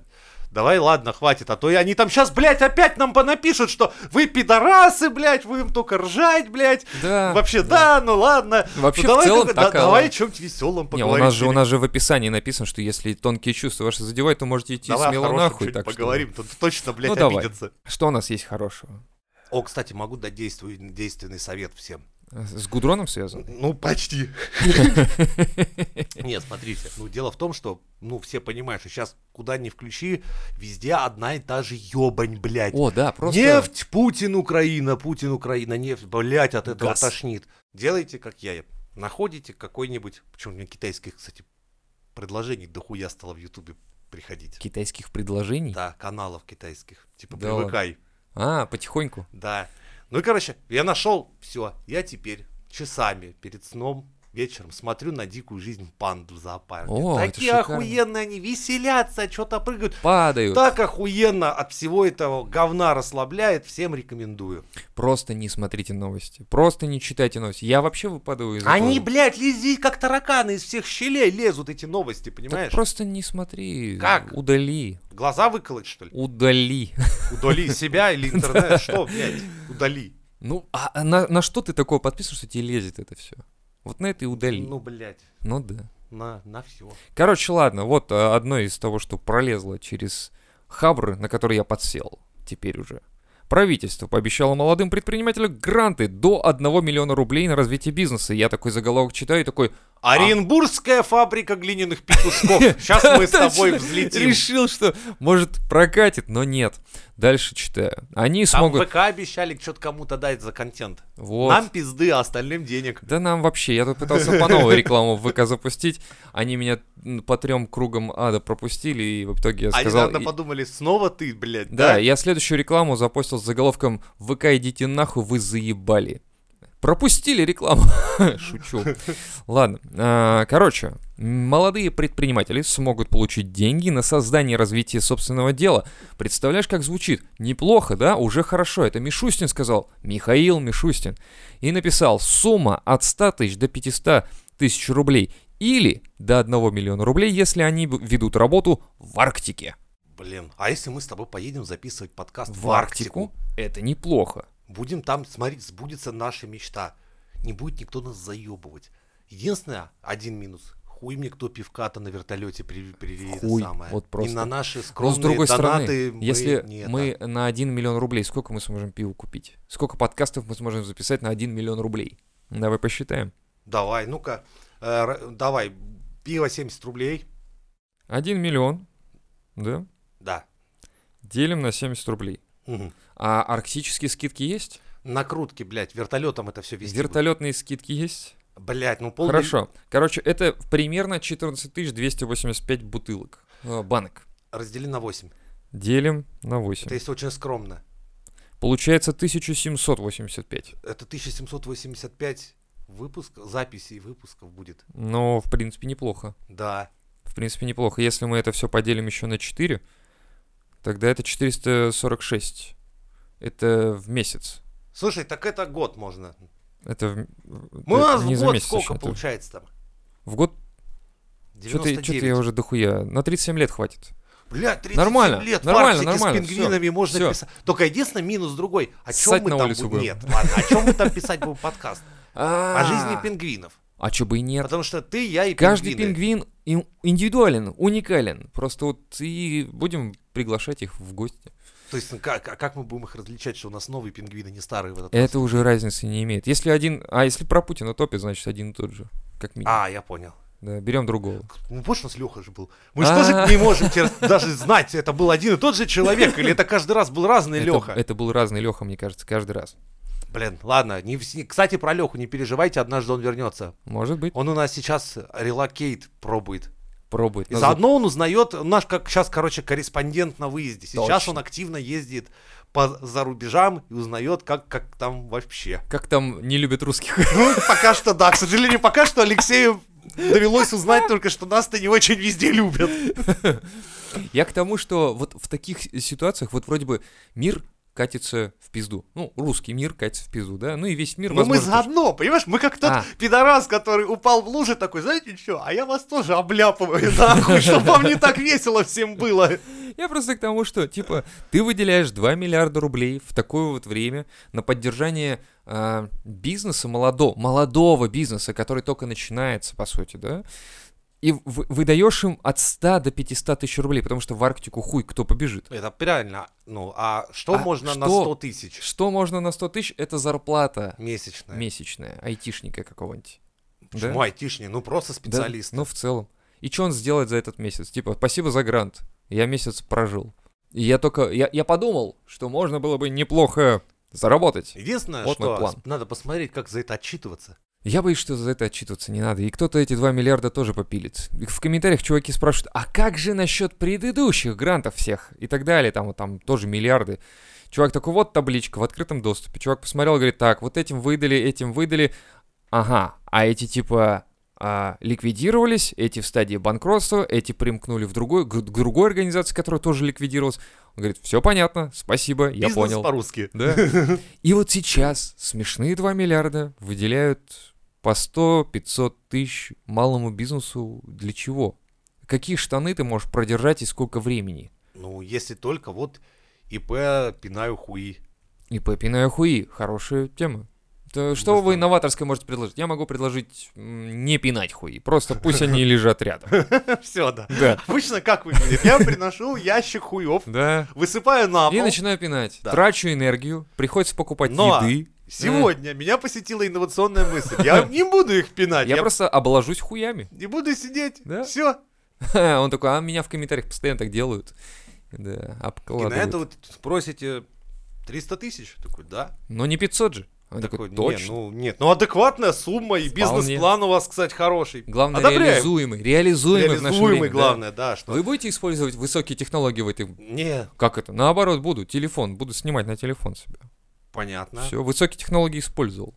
Speaker 1: Давай, ладно, хватит, а то и они там сейчас, блядь, опять нам понапишут, что вы пидорасы, блядь, вы им только ржать, блядь.
Speaker 2: Да.
Speaker 1: Вообще, да, ну ладно.
Speaker 2: Вообще,
Speaker 1: ну,
Speaker 2: в
Speaker 1: давай,
Speaker 2: целом
Speaker 1: как- да-
Speaker 2: такая-
Speaker 1: давай о чем-то веселом
Speaker 2: Не,
Speaker 1: поговорим.
Speaker 2: у нас же у нас же в описании написано, что если тонкие чувства ваши задевают, то можете идти
Speaker 1: Давай о
Speaker 2: смело
Speaker 1: хорошем
Speaker 2: нахуй.
Speaker 1: чё-нибудь
Speaker 2: Так что-
Speaker 1: поговорим, тут точно, блядь,
Speaker 2: Ну, давай.
Speaker 1: обидятся.
Speaker 2: Что у нас есть хорошего?
Speaker 1: О, кстати, могу дать действуй- действенный совет всем.
Speaker 2: Э, С гудроном связано?
Speaker 1: Ну, почти. Нет, смотрите, ну дело в том, что, ну, все понимают, что сейчас куда ни включи, везде одна и та же ёбань, блядь.
Speaker 2: О, да, просто...
Speaker 1: Нефть, Путин, Украина, Путин, Украина, нефть, блядь, от этого
Speaker 2: Газ.
Speaker 1: тошнит. Делайте, как я, находите какой-нибудь, почему мне китайских, кстати, предложений дохуя стало в Ютубе приходить.
Speaker 2: Китайских предложений?
Speaker 1: Да, каналов китайских, типа,
Speaker 2: Да
Speaker 1: привыкай.
Speaker 2: А, потихоньку.
Speaker 1: Да. Ну и, короче, я нашел, все, я теперь часами перед сном вечером смотрю на дикую жизнь панду в зоопарке.
Speaker 2: О, это
Speaker 1: Такие
Speaker 2: шикарно.
Speaker 1: охуенные они, веселятся, что-то прыгают.
Speaker 2: Падают.
Speaker 1: Так охуенно от всего этого говна расслабляет, всем рекомендую.
Speaker 2: Просто не смотрите новости. Просто не читайте новости. Я вообще выпадаю из
Speaker 1: Они,
Speaker 2: этого.
Speaker 1: блядь, лези как тараканы из всех щелей лезут эти новости,
Speaker 2: Так
Speaker 1: понимаешь?
Speaker 2: просто не смотри.
Speaker 1: Как?
Speaker 2: Удали.
Speaker 1: Глаза выколоть, что ли?
Speaker 2: Удали.
Speaker 1: Удали себя или интернет, что, блядь, удали.
Speaker 2: Ну, а а на, на что ты такое подписываешь, что тебе лезет это все? Вот на это и удали.
Speaker 1: Ну, блядь,
Speaker 2: ну да.
Speaker 1: на, на все.
Speaker 2: Короче, ладно, вот а, одно из того, что пролезло через хабры, на который я подсел теперь уже. Правительство пообещало молодым предпринимателям гранты до 1 миллиона рублей на развитие бизнеса. Я такой заголовок читаю и такой...
Speaker 1: А? Оренбургская фабрика глиняных петушков. Сейчас мы с тобой
Speaker 2: Точно,
Speaker 1: взлетим.
Speaker 2: Решил, что может прокатит, но нет. Дальше читаю. Они
Speaker 1: Там
Speaker 2: смогут...
Speaker 1: ВК обещали что-то кому-то дать за контент.
Speaker 2: Вот.
Speaker 1: Нам пизды, а остальным денег.
Speaker 2: Да нам вообще, я тут пытался по новой рекламу в ВК запустить, они меня м, по трем кругам ада пропустили, и в итоге я
Speaker 1: Они,
Speaker 2: сказал...
Speaker 1: наверное,
Speaker 2: и-
Speaker 1: А подумали, снова ты, блядь,
Speaker 2: Да,
Speaker 1: да?
Speaker 2: я следующую рекламу запостил с заголовком «ВК идите нахуй, вы заебали». Пропустили рекламу. Шучу. Ладно. а, Короче, молодые предприниматели смогут получить деньги на создание и развитие собственного дела. Представляешь, как звучит? Неплохо, да? Уже хорошо. Это Мишустин сказал. Михаил Мишустин. И написал «Сумма от 100 тысяч до 500 тысяч рублей или до 1 миллиона рублей, если они б- ведут работу в Арктике».
Speaker 1: Блин, а если мы с тобой поедем записывать подкаст
Speaker 2: в Арктику, это неплохо.
Speaker 1: Будем там смотреть, сбудется наша мечта. Не будет никто нас заебывать. Единственное, один минус. хуй мне кто пивка-то на вертолете при, привели это
Speaker 2: Хуй,
Speaker 1: самое.
Speaker 2: вот просто.
Speaker 1: И на наши
Speaker 2: Но
Speaker 1: скромные
Speaker 2: с другой
Speaker 1: донаты
Speaker 2: стороны,
Speaker 1: мы
Speaker 2: если
Speaker 1: не
Speaker 2: мы на 1 миллион рублей, сколько мы сможем пива купить? Сколько подкастов мы сможем записать на 1 миллион рублей? Давай посчитаем.
Speaker 1: это. Давай, ну-ка, э, р- давай, пиво 70 рублей,
Speaker 2: 1 миллион, да,
Speaker 1: да.
Speaker 2: делим на 70 рублей.
Speaker 1: Мгм.
Speaker 2: А арктические скидки есть?
Speaker 1: Накрутки, блядь, вертолетом это все везти.
Speaker 2: Вертолетные скидки есть?
Speaker 1: будет. Блядь, ну пол...
Speaker 2: Хорошо. Короче, это примерно 14 285 бутылок, э, банок.
Speaker 1: Раздели на 8.
Speaker 2: Делим на 8.
Speaker 1: Это если очень скромно.
Speaker 2: Получается 1785.
Speaker 1: Это 1785 выпуск, записей и выпусков будет.
Speaker 2: Но, в принципе, неплохо.
Speaker 1: Да.
Speaker 2: В принципе, неплохо. Если мы это все поделим еще на 4, тогда это 446. Это в месяц.
Speaker 1: Слушай, так это год можно.
Speaker 2: Это в...
Speaker 1: Мы у
Speaker 2: это
Speaker 1: нас
Speaker 2: не
Speaker 1: в
Speaker 2: за
Speaker 1: год
Speaker 2: месяц
Speaker 1: сколько
Speaker 2: точно, это
Speaker 1: получается там?
Speaker 2: В год что-то
Speaker 1: 99.
Speaker 2: я уже дохуя. На 37 лет хватит.
Speaker 1: Блядь, 37
Speaker 2: Нормально,
Speaker 1: лет,
Speaker 2: нормально,
Speaker 1: фарсики
Speaker 2: нормально,
Speaker 1: с пингвинами можно
Speaker 2: всё.
Speaker 1: писать. Только единственное, минус другой. О чем
Speaker 2: Ссать
Speaker 1: мы
Speaker 2: на
Speaker 1: там
Speaker 2: улицу
Speaker 1: будем?
Speaker 2: будем.
Speaker 1: Нет, ладно, о чем мы там писать будем подкаст?
Speaker 2: А
Speaker 1: О жизни пингвинов.
Speaker 2: А чё бы и нет?
Speaker 1: Потому что ты, я и
Speaker 2: Каждый
Speaker 1: пингвины.
Speaker 2: пингвин ин- индивидуален, уникален. Просто вот и будем приглашать их в гости.
Speaker 1: То есть, ну, как, а как мы будем их различать, что у нас новые пингвины, не старые в этот раз?
Speaker 2: Это уже разницы не имеет. Если один... А если про Путина топит, значит один и тот же. Как минимум.
Speaker 1: А, я понял.
Speaker 2: Да, берем другого.
Speaker 1: Ну, помнишь, у нас Леха же был. Мы же тоже не можем теперь даже знать, это был один и тот же человек, или это каждый раз был разный
Speaker 2: Это-
Speaker 1: Леха.
Speaker 2: Это был разный Леха, мне кажется, каждый раз.
Speaker 1: Блин, ладно, не вс- кстати, про Леху не переживайте, однажды он вернется.
Speaker 2: Может быть,
Speaker 1: Он у нас сейчас релокейт пробует.
Speaker 2: пробует.
Speaker 1: И
Speaker 2: на зуб.
Speaker 1: заодно он узнает, он наш как сейчас, короче, корреспондент на выезде. Сейчас
Speaker 2: Точно.
Speaker 1: он активно ездит по, за рубежам и узнает, как, как там вообще.
Speaker 2: Как там не любят русских?
Speaker 1: Ну, пока что да. К сожалению, пока что Алексею довелось узнать только, что нас-то не очень везде любят.
Speaker 2: Я к тому, что вот в таких ситуациях вот вроде бы мир катится в пизду. Ну, русский мир катится в пизду, да? Ну и весь мир,
Speaker 1: Но мы
Speaker 2: возможно, тоже.
Speaker 1: заодно, понимаешь, мы как тот
Speaker 2: А.
Speaker 1: пидорас, который упал в лужу, такой, знаете что, а я вас тоже обляпываю, нахуй, чтобы вам не так весело всем было.
Speaker 2: Я просто к тому, что, типа, ты выделяешь 2 миллиарда рублей в такое вот время на поддержание а, бизнеса молодого, молодого бизнеса, который только начинается, по сути, да? И в- выдаешь им от 100 до 500 тысяч рублей, потому что в Арктику хуй кто побежит.
Speaker 1: Это правильно. Ну, а что
Speaker 2: А
Speaker 1: можно на
Speaker 2: что?
Speaker 1: 100 тысяч
Speaker 2: Что можно на 100 тысяч? Это зарплата
Speaker 1: месячная?
Speaker 2: месячная, айтишника какого-нибудь.
Speaker 1: Почему
Speaker 2: Да?
Speaker 1: айтишник? Ну, просто
Speaker 2: Да,
Speaker 1: специалист.
Speaker 2: ну, в целом. И что он сделает за этот месяц? Типа, спасибо за грант, я месяц прожил. И я только, я, я подумал, что можно было бы неплохо заработать.
Speaker 1: Единственное,
Speaker 2: Вот
Speaker 1: что
Speaker 2: мой план.
Speaker 1: надо посмотреть, как за это отчитываться.
Speaker 2: Я боюсь, что за это отчитываться не надо, и кто-то эти 2 миллиарда тоже попилит. И В комментариях чуваки спрашивают, а как же насчет предыдущих грантов всех? И так далее, там, там тоже миллиарды. Чувак такой, вот табличка в открытом доступе. Чувак посмотрел, говорит, так, вот этим выдали, этим выдали. Ага, а эти типа а, ликвидировались, эти в стадии банкротства, эти примкнули в другой, к другой организации, которая тоже ликвидировалась. Он говорит, все понятно, спасибо, я
Speaker 1: Бизнес
Speaker 2: понял.
Speaker 1: по-русски.
Speaker 2: Да. И вот сейчас смешные 2 миллиарда выделяют по 100-500 тысяч малому бизнесу для чего? Какие штаны ты можешь продержать и сколько времени?
Speaker 1: Ну, если только вот ИП пинаю хуи.
Speaker 2: И Пеппина хуи. Хорошая тема. То что вы
Speaker 1: Достойно.
Speaker 2: новаторское можете предложить? Я могу предложить м, не пинать хуи. Просто пусть они лежат рядом.
Speaker 1: Все, да.
Speaker 2: Да.
Speaker 1: Обычно как выглядит? Я приношу ящик хуев,
Speaker 2: Да.
Speaker 1: высыпаю на
Speaker 2: И
Speaker 1: пол.
Speaker 2: начинаю пинать.
Speaker 1: А Да.
Speaker 2: Трачу энергию. Приходится покупать
Speaker 1: Но
Speaker 2: еды.
Speaker 1: Сегодня меня посетила инновационная мысль. Я не буду их пинать.
Speaker 2: Я
Speaker 1: Я
Speaker 2: просто обложусь хуями.
Speaker 1: не буду сидеть.
Speaker 2: Да.
Speaker 1: Все.
Speaker 2: Он такой, а меня в комментариях постоянно так делают. Да,
Speaker 1: И
Speaker 2: обкладывают.
Speaker 1: на это вот спросите 300 тысяч? Такой, да.
Speaker 2: Но не 500 же. Он такой,
Speaker 1: «Не,
Speaker 2: точно.
Speaker 1: ну, нет. Ну, адекватная сумма, и
Speaker 2: Вполне.
Speaker 1: бизнес-план у вас, кстати, хороший.
Speaker 2: Главное,
Speaker 1: Одобряем.
Speaker 2: реализуемый. Реализуемый, в наше
Speaker 1: Реализуемый,
Speaker 2: время, да.
Speaker 1: главное, да. что...
Speaker 2: Вы будете использовать высокие технологии в этой...
Speaker 1: Не,
Speaker 2: Как это? Наоборот, буду. Телефон. Буду снимать на телефон себе.
Speaker 1: понятно. Типа,
Speaker 2: Все, высокие технологии использовал.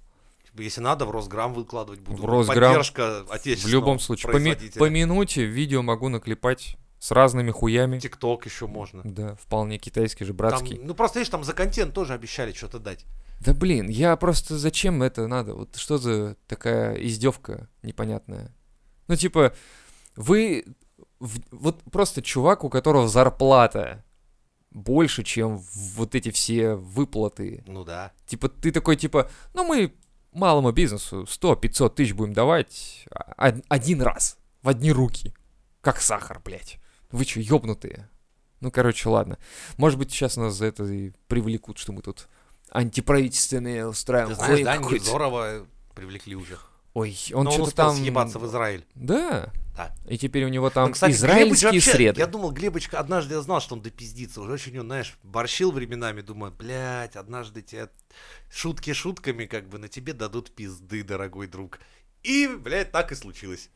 Speaker 1: Если надо, в Росграм выкладывать буду.
Speaker 2: В Росграм.
Speaker 1: Поддержка
Speaker 2: В
Speaker 1: отечественного
Speaker 2: любом случае. По, ми-
Speaker 1: производителя.
Speaker 2: по минуте видео могу наклепать с разными хуями.
Speaker 1: Тикток еще можно.
Speaker 2: Да, вполне китайский же,
Speaker 1: Там,
Speaker 2: братский.
Speaker 1: ну, просто, видишь, там за контент тоже обещали что-то дать.
Speaker 2: Да блин, я просто зачем это надо? Вот что за такая издевка непонятная? Ну, типа, вы... в- вот просто чувак, у которого зарплата больше, чем в- вот эти все выплаты.
Speaker 1: Ну, да.
Speaker 2: Типа, ты такой, типа, ну мы малому бизнесу 100-500 тысяч будем давать а- один раз в одни руки. Как сахар, блядь. Вы чё, ёбнутые? Ну, короче, ладно. Может быть, сейчас нас за это и привлекут, что мы тут антиправительственные устраиваем.
Speaker 1: Ты знаешь,
Speaker 2: хуйню
Speaker 1: да,
Speaker 2: какую-то.
Speaker 1: Невзорова привлекли уже.
Speaker 2: Ой, он
Speaker 1: Но он
Speaker 2: что-то
Speaker 1: успел
Speaker 2: там...
Speaker 1: съебаться в Израиль.
Speaker 2: Да.
Speaker 1: Да.
Speaker 2: И теперь у него там
Speaker 1: Ну, кстати,
Speaker 2: израильские
Speaker 1: Глебыч вообще-
Speaker 2: среды.
Speaker 1: Я думал, Глебочка, однажды я знал, что он допиздится. Уже очень, он, знаешь, борщил временами, думаю, блядь, однажды тебе шутки шутками, как бы, на тебе дадут пизды, дорогой друг. И, блядь, так и случилось.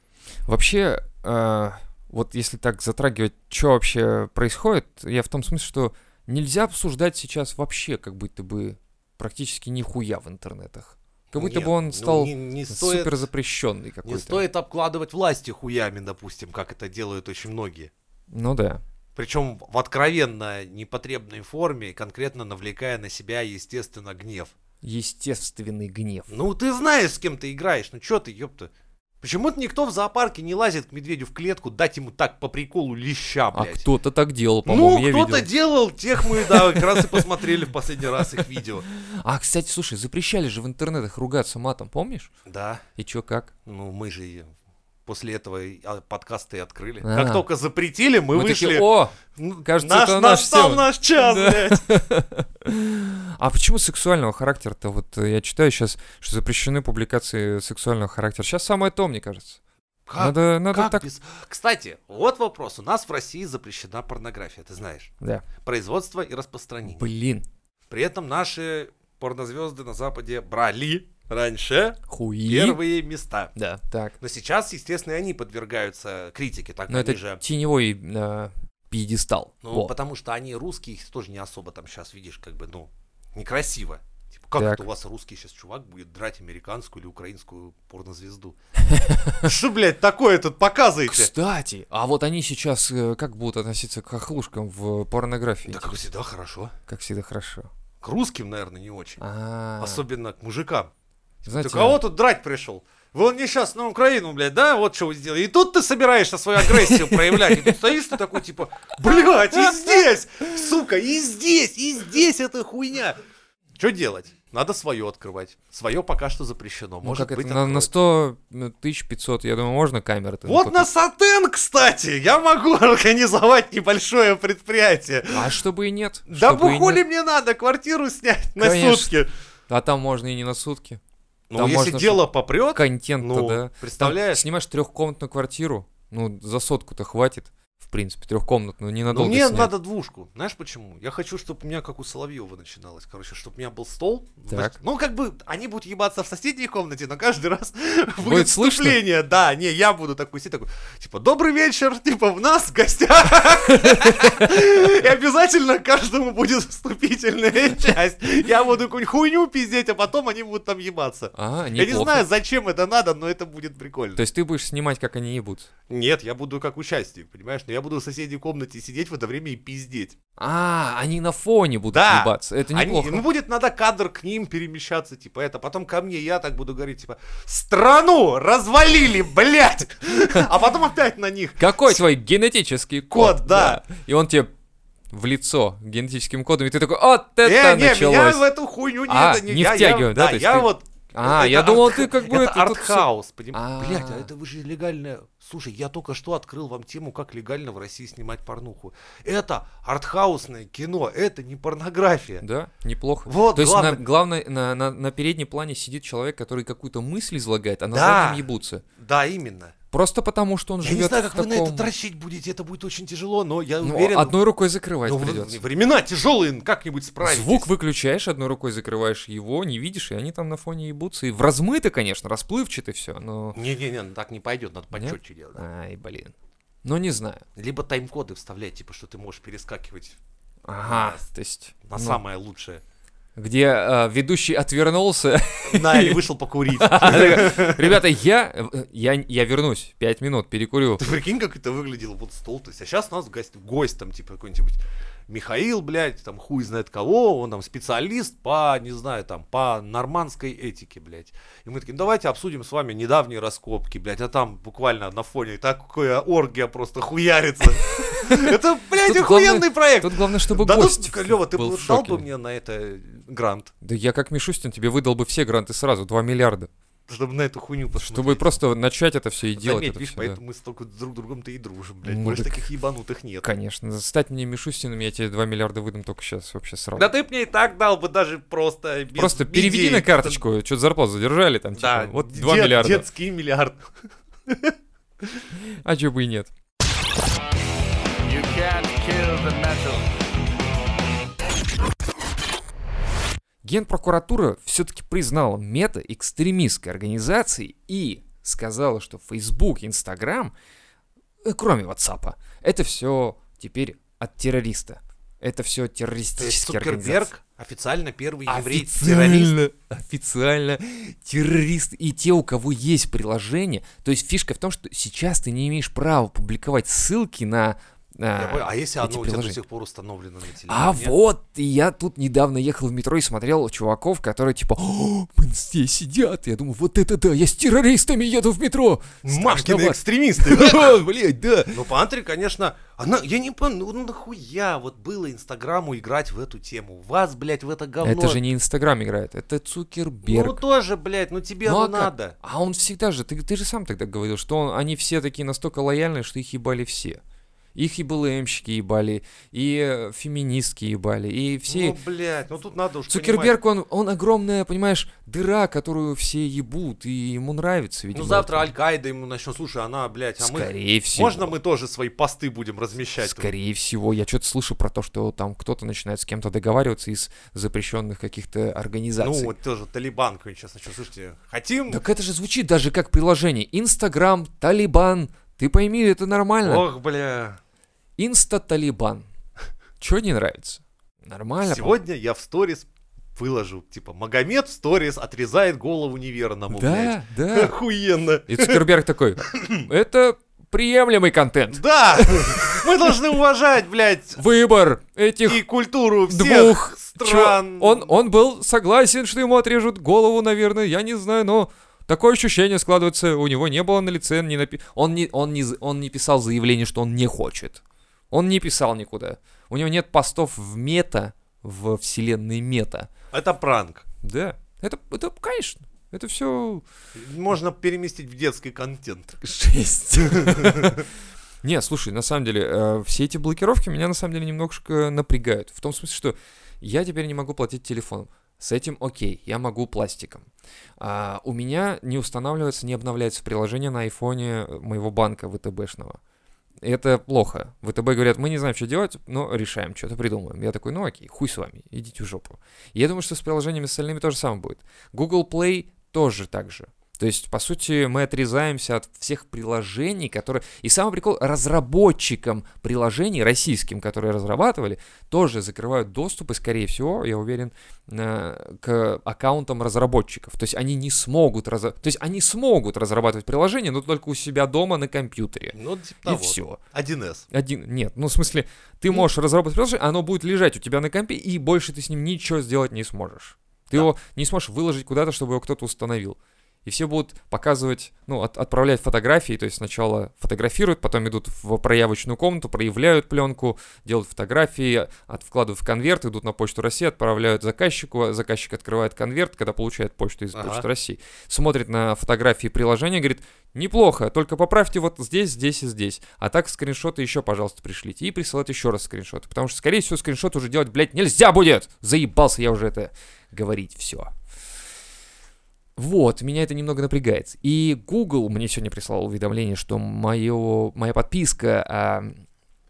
Speaker 2: Вообще, э, вот если так затрагивать, что вообще происходит, я в том смысле, что нельзя обсуждать сейчас вообще как будто бы практически нихуя в интернетах. Как будто
Speaker 1: Нет,
Speaker 2: бы он
Speaker 1: ну,
Speaker 2: стал
Speaker 1: не, не стоит,
Speaker 2: супер запрещенный
Speaker 1: не
Speaker 2: какой-то.
Speaker 1: стоит обкладывать власти хуями, допустим, как это делают очень многие.
Speaker 2: Ну да.
Speaker 1: Причем в откровенно непотребной форме, конкретно навлекая на себя, естественно, гнев.
Speaker 2: Естественный гнев.
Speaker 1: Ну, ты знаешь, с кем ты играешь. Ну, чё ты, ёпта. Почему-то никто в зоопарке не лазит к медведю в клетку, дать ему так по приколу леща,
Speaker 2: а
Speaker 1: блядь.
Speaker 2: кто-то так делал,
Speaker 1: ну,
Speaker 2: по-моему, я
Speaker 1: кто-то
Speaker 2: видел.
Speaker 1: делал, тех мы, да, как раз и посмотрели в последний раз их видео.
Speaker 2: А, кстати, слушай, запрещали же в интернетах ругаться матом, помнишь?
Speaker 1: Да,
Speaker 2: И чё, как?
Speaker 1: ну мы же и после этого и, а, подкасты и открыли.
Speaker 2: А.
Speaker 1: Как только запретили, мы,
Speaker 2: такие,
Speaker 1: вышли.
Speaker 2: о,
Speaker 1: Ну,
Speaker 2: кажется,
Speaker 1: наш,
Speaker 2: это
Speaker 1: наш,
Speaker 2: наш
Speaker 1: сам
Speaker 2: тема.
Speaker 1: наш час,
Speaker 2: Да.
Speaker 1: блядь.
Speaker 2: А почему сексуального характера-то? Вот э, я читаю сейчас, что запрещены публикации сексуального характера. Сейчас самое то, мне кажется.
Speaker 1: Как,
Speaker 2: надо надо
Speaker 1: как
Speaker 2: так...
Speaker 1: без- Кстати, вот вопрос. У нас в России запрещена порнография, ты знаешь.
Speaker 2: Да.
Speaker 1: Производство и распространение.
Speaker 2: Блин,
Speaker 1: При этом наши порнозвезды на Западе брали раньше
Speaker 2: хуи.
Speaker 1: первые места.
Speaker 2: Да. Так.
Speaker 1: Но сейчас, естественно, и они подвергаются критике, так
Speaker 2: Но
Speaker 1: они
Speaker 2: это
Speaker 1: же.
Speaker 2: теневой э, пьедестал.
Speaker 1: Ну,
Speaker 2: Во.
Speaker 1: потому что они русские, их тоже не особо там сейчас видишь, как бы, ну, некрасиво. Типа, как
Speaker 2: Так.
Speaker 1: это у вас русский сейчас чувак будет драть американскую или украинскую порнозвезду? Что, блядь, такое тут показываете?
Speaker 2: Кстати, а вот они сейчас э, как будут относиться к хохлушкам в порнографии?
Speaker 1: Да как всегда хорошо.
Speaker 2: Как всегда хорошо.
Speaker 1: К русским, наверное, не очень.
Speaker 2: А,
Speaker 1: Особенно к мужикам.
Speaker 2: знаете,
Speaker 1: Ты кого тут драть пришел? Вы он сейчас на Украину, блядь, да? Вот что вы сделали. И тут ты собираешься свою агрессию проявлять. И тут стоишь ты такой, типа, блядь, и здесь, сука, и здесь, и здесь эта хуйня. Что делать? Надо свое открывать. Свое пока что запрещено.
Speaker 2: ну,
Speaker 1: Может
Speaker 2: как
Speaker 1: быть,
Speaker 2: это, на, на
Speaker 1: откроют.
Speaker 2: 100 тысяч 500, я думаю, можно камеры?
Speaker 1: Вот на сатен, кстати, я могу организовать небольшое предприятие.
Speaker 2: А чтобы и нет.
Speaker 1: Да
Speaker 2: чтобы и
Speaker 1: бухули
Speaker 2: нет.
Speaker 1: мне надо квартиру снять на
Speaker 2: Конечно.
Speaker 1: сутки.
Speaker 2: А там можно и не на сутки.
Speaker 1: Ну,
Speaker 2: Там
Speaker 1: если
Speaker 2: можно
Speaker 1: дело попрет,
Speaker 2: Контент-то,
Speaker 1: ну,
Speaker 2: да. Там
Speaker 1: представляешь?
Speaker 2: снимаешь трехкомнатную квартиру, ну, за сотку-то хватит, в принципе, трехкомнатную,
Speaker 1: Ну,
Speaker 2: ненадолго
Speaker 1: мне
Speaker 2: снять.
Speaker 1: надо двушку. Знаешь почему? Я хочу, чтобы у меня как у Соловьева начиналось. Короче, чтобы у меня был стол.
Speaker 2: Так.
Speaker 1: Ну, как бы они будут ебаться в соседней комнате, но каждый раз будет,
Speaker 2: Будет слышно?
Speaker 1: вступление. Да, не, я буду такой сидеть, такой, типа, добрый вечер, типа, у нас в гостях. И обязательно каждому будет вступительная часть. Я буду какую-нибудь хуйню пиздеть, а потом они будут там ебаться.
Speaker 2: А,
Speaker 1: Я не
Speaker 2: неплохо.
Speaker 1: знаю, зачем это надо, но это будет прикольно.
Speaker 2: То есть ты будешь снимать, как они ебут?
Speaker 1: Нет, я буду как участник, понимаешь? Но я буду в соседней комнате сидеть в это время и пиздеть.
Speaker 2: А, они на фоне будут
Speaker 1: Да.
Speaker 2: ебаться. Это
Speaker 1: Они-
Speaker 2: неплохо.
Speaker 1: ну, будет надо кадр к ним перемещаться, типа это. Потом ко мне я так буду говорить, типа, страну развалили, блядь! А потом опять на них.
Speaker 2: Какой твой генетический код?
Speaker 1: Код, да.
Speaker 2: И он тебе в лицо генетическим кодом, и ты такой, вот это
Speaker 1: «Э, Не, не, меня
Speaker 2: началось.
Speaker 1: в эту хуйню не,
Speaker 2: А,
Speaker 1: это
Speaker 2: не
Speaker 1: я- я-
Speaker 2: втягиваю, да, то есть
Speaker 1: я
Speaker 2: ты-
Speaker 1: вот...
Speaker 2: А,
Speaker 1: это
Speaker 2: я
Speaker 1: арт-
Speaker 2: думал, ты как бы
Speaker 1: Это
Speaker 2: это тут всё-
Speaker 1: артхаус, понимаешь?
Speaker 2: А.
Speaker 1: Блядь, а это вы же легально... Слушай, я только что открыл вам тему, как легально в России снимать порнуху. Это артхаусное кино, это не порнография.
Speaker 2: Да, неплохо.
Speaker 1: Вот,
Speaker 2: То есть на-
Speaker 1: главное-
Speaker 2: главное, на, на, на переднем плане сидит человек, который какую-то мысль излагает, а на
Speaker 1: Да.
Speaker 2: заднем ебутся.
Speaker 1: Да, именно.
Speaker 2: Просто потому, что он
Speaker 1: Я
Speaker 2: живет
Speaker 1: не знаю, как
Speaker 2: в
Speaker 1: вы на это
Speaker 2: таком-
Speaker 1: дрочить будете, это будет очень тяжело, но я
Speaker 2: Ну,
Speaker 1: уверен...
Speaker 2: одной рукой закрывать
Speaker 1: Ну, в-
Speaker 2: придется.
Speaker 1: времена тяжелые, как-нибудь справитесь.
Speaker 2: Звук выключаешь, одной рукой закрываешь его, не видишь, и они там на фоне ебутся. И в размыто, конечно, расплывчато все, но...
Speaker 1: Не-не-не, ну так не пойдет, надо
Speaker 2: Нет?
Speaker 1: почетче делать.
Speaker 2: Ай, блин. Ну, не знаю.
Speaker 1: Либо тайм-коды вставлять, типа, что ты можешь перескакивать
Speaker 2: Ага, то есть...
Speaker 1: на
Speaker 2: ну,
Speaker 1: самое лучшее.
Speaker 2: Где э, ведущий отвернулся.
Speaker 1: Да, или вышел покурить.
Speaker 2: Ребята, я, э, я, я вернусь. Пять минут, перекурю.
Speaker 1: Ты прикинь, как это выглядело, вот стол, то есть, а сейчас у нас гость, гость там, типа, какой-нибудь Михаил, блядь, там, хуй знает кого, он там специалист по, не знаю, там, по нормандской этике, блядь. И мы такие, «Ну, давайте обсудим с вами недавние раскопки, блядь, а там буквально на фоне такая оргия просто хуярится. Это, блядь,
Speaker 2: Тут главное-
Speaker 1: охуенный проект.
Speaker 2: Тут главное, чтобы
Speaker 1: да
Speaker 2: гость
Speaker 1: тут, Лёва, ты
Speaker 2: был
Speaker 1: бы
Speaker 2: в
Speaker 1: дал
Speaker 2: шоке.
Speaker 1: бы мне на это грант?
Speaker 2: Да я как Мишустин тебе выдал бы все гранты сразу, 2 миллиарда.
Speaker 1: чтобы на эту хуйню посмотреть.
Speaker 2: Чтобы просто начать это все и делать.
Speaker 1: Ну, Заметь,
Speaker 2: это
Speaker 1: видишь,
Speaker 2: всё, да.
Speaker 1: поэтому мы столько друг с другом-то и дружим, блядь.
Speaker 2: Ну,
Speaker 1: Больше
Speaker 2: так-
Speaker 1: таких ебанутых нет.
Speaker 2: Конечно, стать мне Мишустиным, я тебе 2 миллиарда выдам только сейчас вообще сразу.
Speaker 1: Да ты мне и так дал бы даже просто... без
Speaker 2: Просто переведи на
Speaker 1: идей.
Speaker 2: карточку, что-то зарплату задержали там,
Speaker 1: Да,
Speaker 2: типа, вот
Speaker 1: дет-
Speaker 2: 2 миллиарда.
Speaker 1: Детский миллиард.
Speaker 2: А чё бы и нет.
Speaker 3: You can't kill the metal.
Speaker 2: Генпрокуратура все-таки признала мета экстремистской организацией и сказала, что Facebook, Instagram, э, кроме WhatsApp, это все теперь от террориста. Это
Speaker 1: То
Speaker 2: все
Speaker 1: есть
Speaker 2: террористические организации.
Speaker 1: Цукерберг официально первый еврей-террорист.
Speaker 2: Официально, официально террорист и те, у кого есть приложение. То есть фишка в том, что сейчас ты не имеешь права публиковать ссылки на...
Speaker 1: Я
Speaker 2: а,
Speaker 1: понял, А если
Speaker 2: эти
Speaker 1: оно у тебя до
Speaker 2: приложения.
Speaker 1: сих пор установлено на телефоне?
Speaker 2: А вот, и я тут недавно ехал в метро и смотрел чуваков, которые типа, «О, блин, здесь сидят. Я думаю, вот это да, я с террористами еду в метро.
Speaker 1: Машкины
Speaker 2: Страшновато.
Speaker 1: экстремисты.
Speaker 2: О, Блядь, да.
Speaker 1: Ну, Пантри, конечно, она, я не понял, ну нахуя вот было Инстаграму играть в эту тему? Вас, блядь, в это говно.
Speaker 2: Это же не Инстаграм играет, это
Speaker 1: Ну
Speaker 2: Цукерберг.
Speaker 1: тоже, блядь, ну тебе
Speaker 2: Ну,
Speaker 1: оно
Speaker 2: а как?
Speaker 1: надо.
Speaker 2: А он всегда же, ты, ты же сам тогда говорил, что он- они все такие настолько лояльны, что их ебали все. Их и БЛМщики ебали, и э, феминистки ебали, и все...
Speaker 1: Ну, блядь, ну тут надо уж понимать.
Speaker 2: Цукерберг, он, он огромная, понимаешь, дыра, которую все ебут, и ему нравится, видимо.
Speaker 1: Ну завтра
Speaker 2: это.
Speaker 1: Аль-Каида ему начнет, слушай, она, блядь, а мы...
Speaker 2: Скорее всего.
Speaker 1: Можно мы тоже свои посты будем размещать? Ну,
Speaker 2: Скорее всего, я что-то слышу про то, что там кто-то начинает с кем-то договариваться из запрещенных каких-то
Speaker 1: Ну,
Speaker 2: организаций.
Speaker 1: вот тоже Талибан какой-нибудь сейчас начнет. Слушайте, хотим?
Speaker 2: Так это же звучит даже как приложение. Инстаграм, Талибан. Ты пойми, это нормально.
Speaker 1: Ох, бля.
Speaker 2: Инста-Талибан. Чего не нравится? Нормально.
Speaker 1: Сегодня я в сторис выложу, типа, Магомед в сторис отрезает голову неверному,
Speaker 2: по-моему.
Speaker 1: блядь.
Speaker 2: Да, да.
Speaker 1: Охуенно.
Speaker 2: И Цукерберг такой, это приемлемый контент.
Speaker 1: Да! Мы должны уважать, блядь,
Speaker 2: Выбор этих
Speaker 1: и культуру всех
Speaker 2: двух
Speaker 1: стран.
Speaker 2: чё- Он, он был согласен, что ему отрежут голову, наверное, я не знаю, но такое ощущение складывается, у него не было на лице, не напи- он, не, он, не, з- он не писал заявление, что он не хочет. Он не писал никуда. У него нет постов в мета, в вселенной мета.
Speaker 1: Это пранк.
Speaker 2: Да, это, это конечно, это все
Speaker 1: Можно переместить в детский контент.
Speaker 2: Жесть. Не, слушай, на самом деле, э, все эти блокировки меня на самом деле немножко напрягают. В том смысле, что я теперь не могу платить телефоном. С этим окей, я могу пластиком. А, у меня не устанавливается, не обновляется приложение на айфоне моего банка ВТБшного. Это плохо. ВТБ говорят, мы не знаем, что делать, но решаем, что-то придумаем. Я такой, ну окей, хуй с вами, идите в жопу. И я думаю, что с приложениями остальными то же самое будет. Google Play тоже так же. То есть, по сути, мы отрезаемся от всех приложений, которые... И самый прикол, разработчикам приложений, российским, которые разрабатывали, тоже закрывают доступ, и, скорее всего, я уверен, э, к аккаунтам разработчиков. То есть они не смогут... разра- То есть они смогут разрабатывать приложение, но только у себя дома на компьютере.
Speaker 1: Ну, типа
Speaker 2: и
Speaker 1: того.
Speaker 2: все.
Speaker 1: 1С.
Speaker 2: Один... Нет, ну, в смысле, ты можешь разработать приложение, оно будет лежать у тебя на компе, и больше ты с ним ничего сделать не сможешь. Ты
Speaker 1: Да.
Speaker 2: его не сможешь выложить куда-то, чтобы его кто-то установил. И все будут показывать, ну, от- отправлять фотографии, то есть сначала фотографируют, потом идут в проявочную комнату, проявляют пленку, делают фотографии, от, вкладывают в конверт, идут на Почту России, отправляют заказчику, а заказчик открывает конверт, когда получает почту из
Speaker 1: Ага.
Speaker 2: Почты России, смотрит на фотографии приложения, говорит, неплохо, только поправьте вот здесь, здесь и здесь, а так скриншоты еще, пожалуйста, пришлите, и присылать еще раз скриншоты, потому что, скорее всего, скриншот уже делать, блядь, нельзя будет, заебался я уже это говорить все. Вот, меня это немного напрягает. И Google мне сегодня прислал уведомление, что моё- моя подписка а,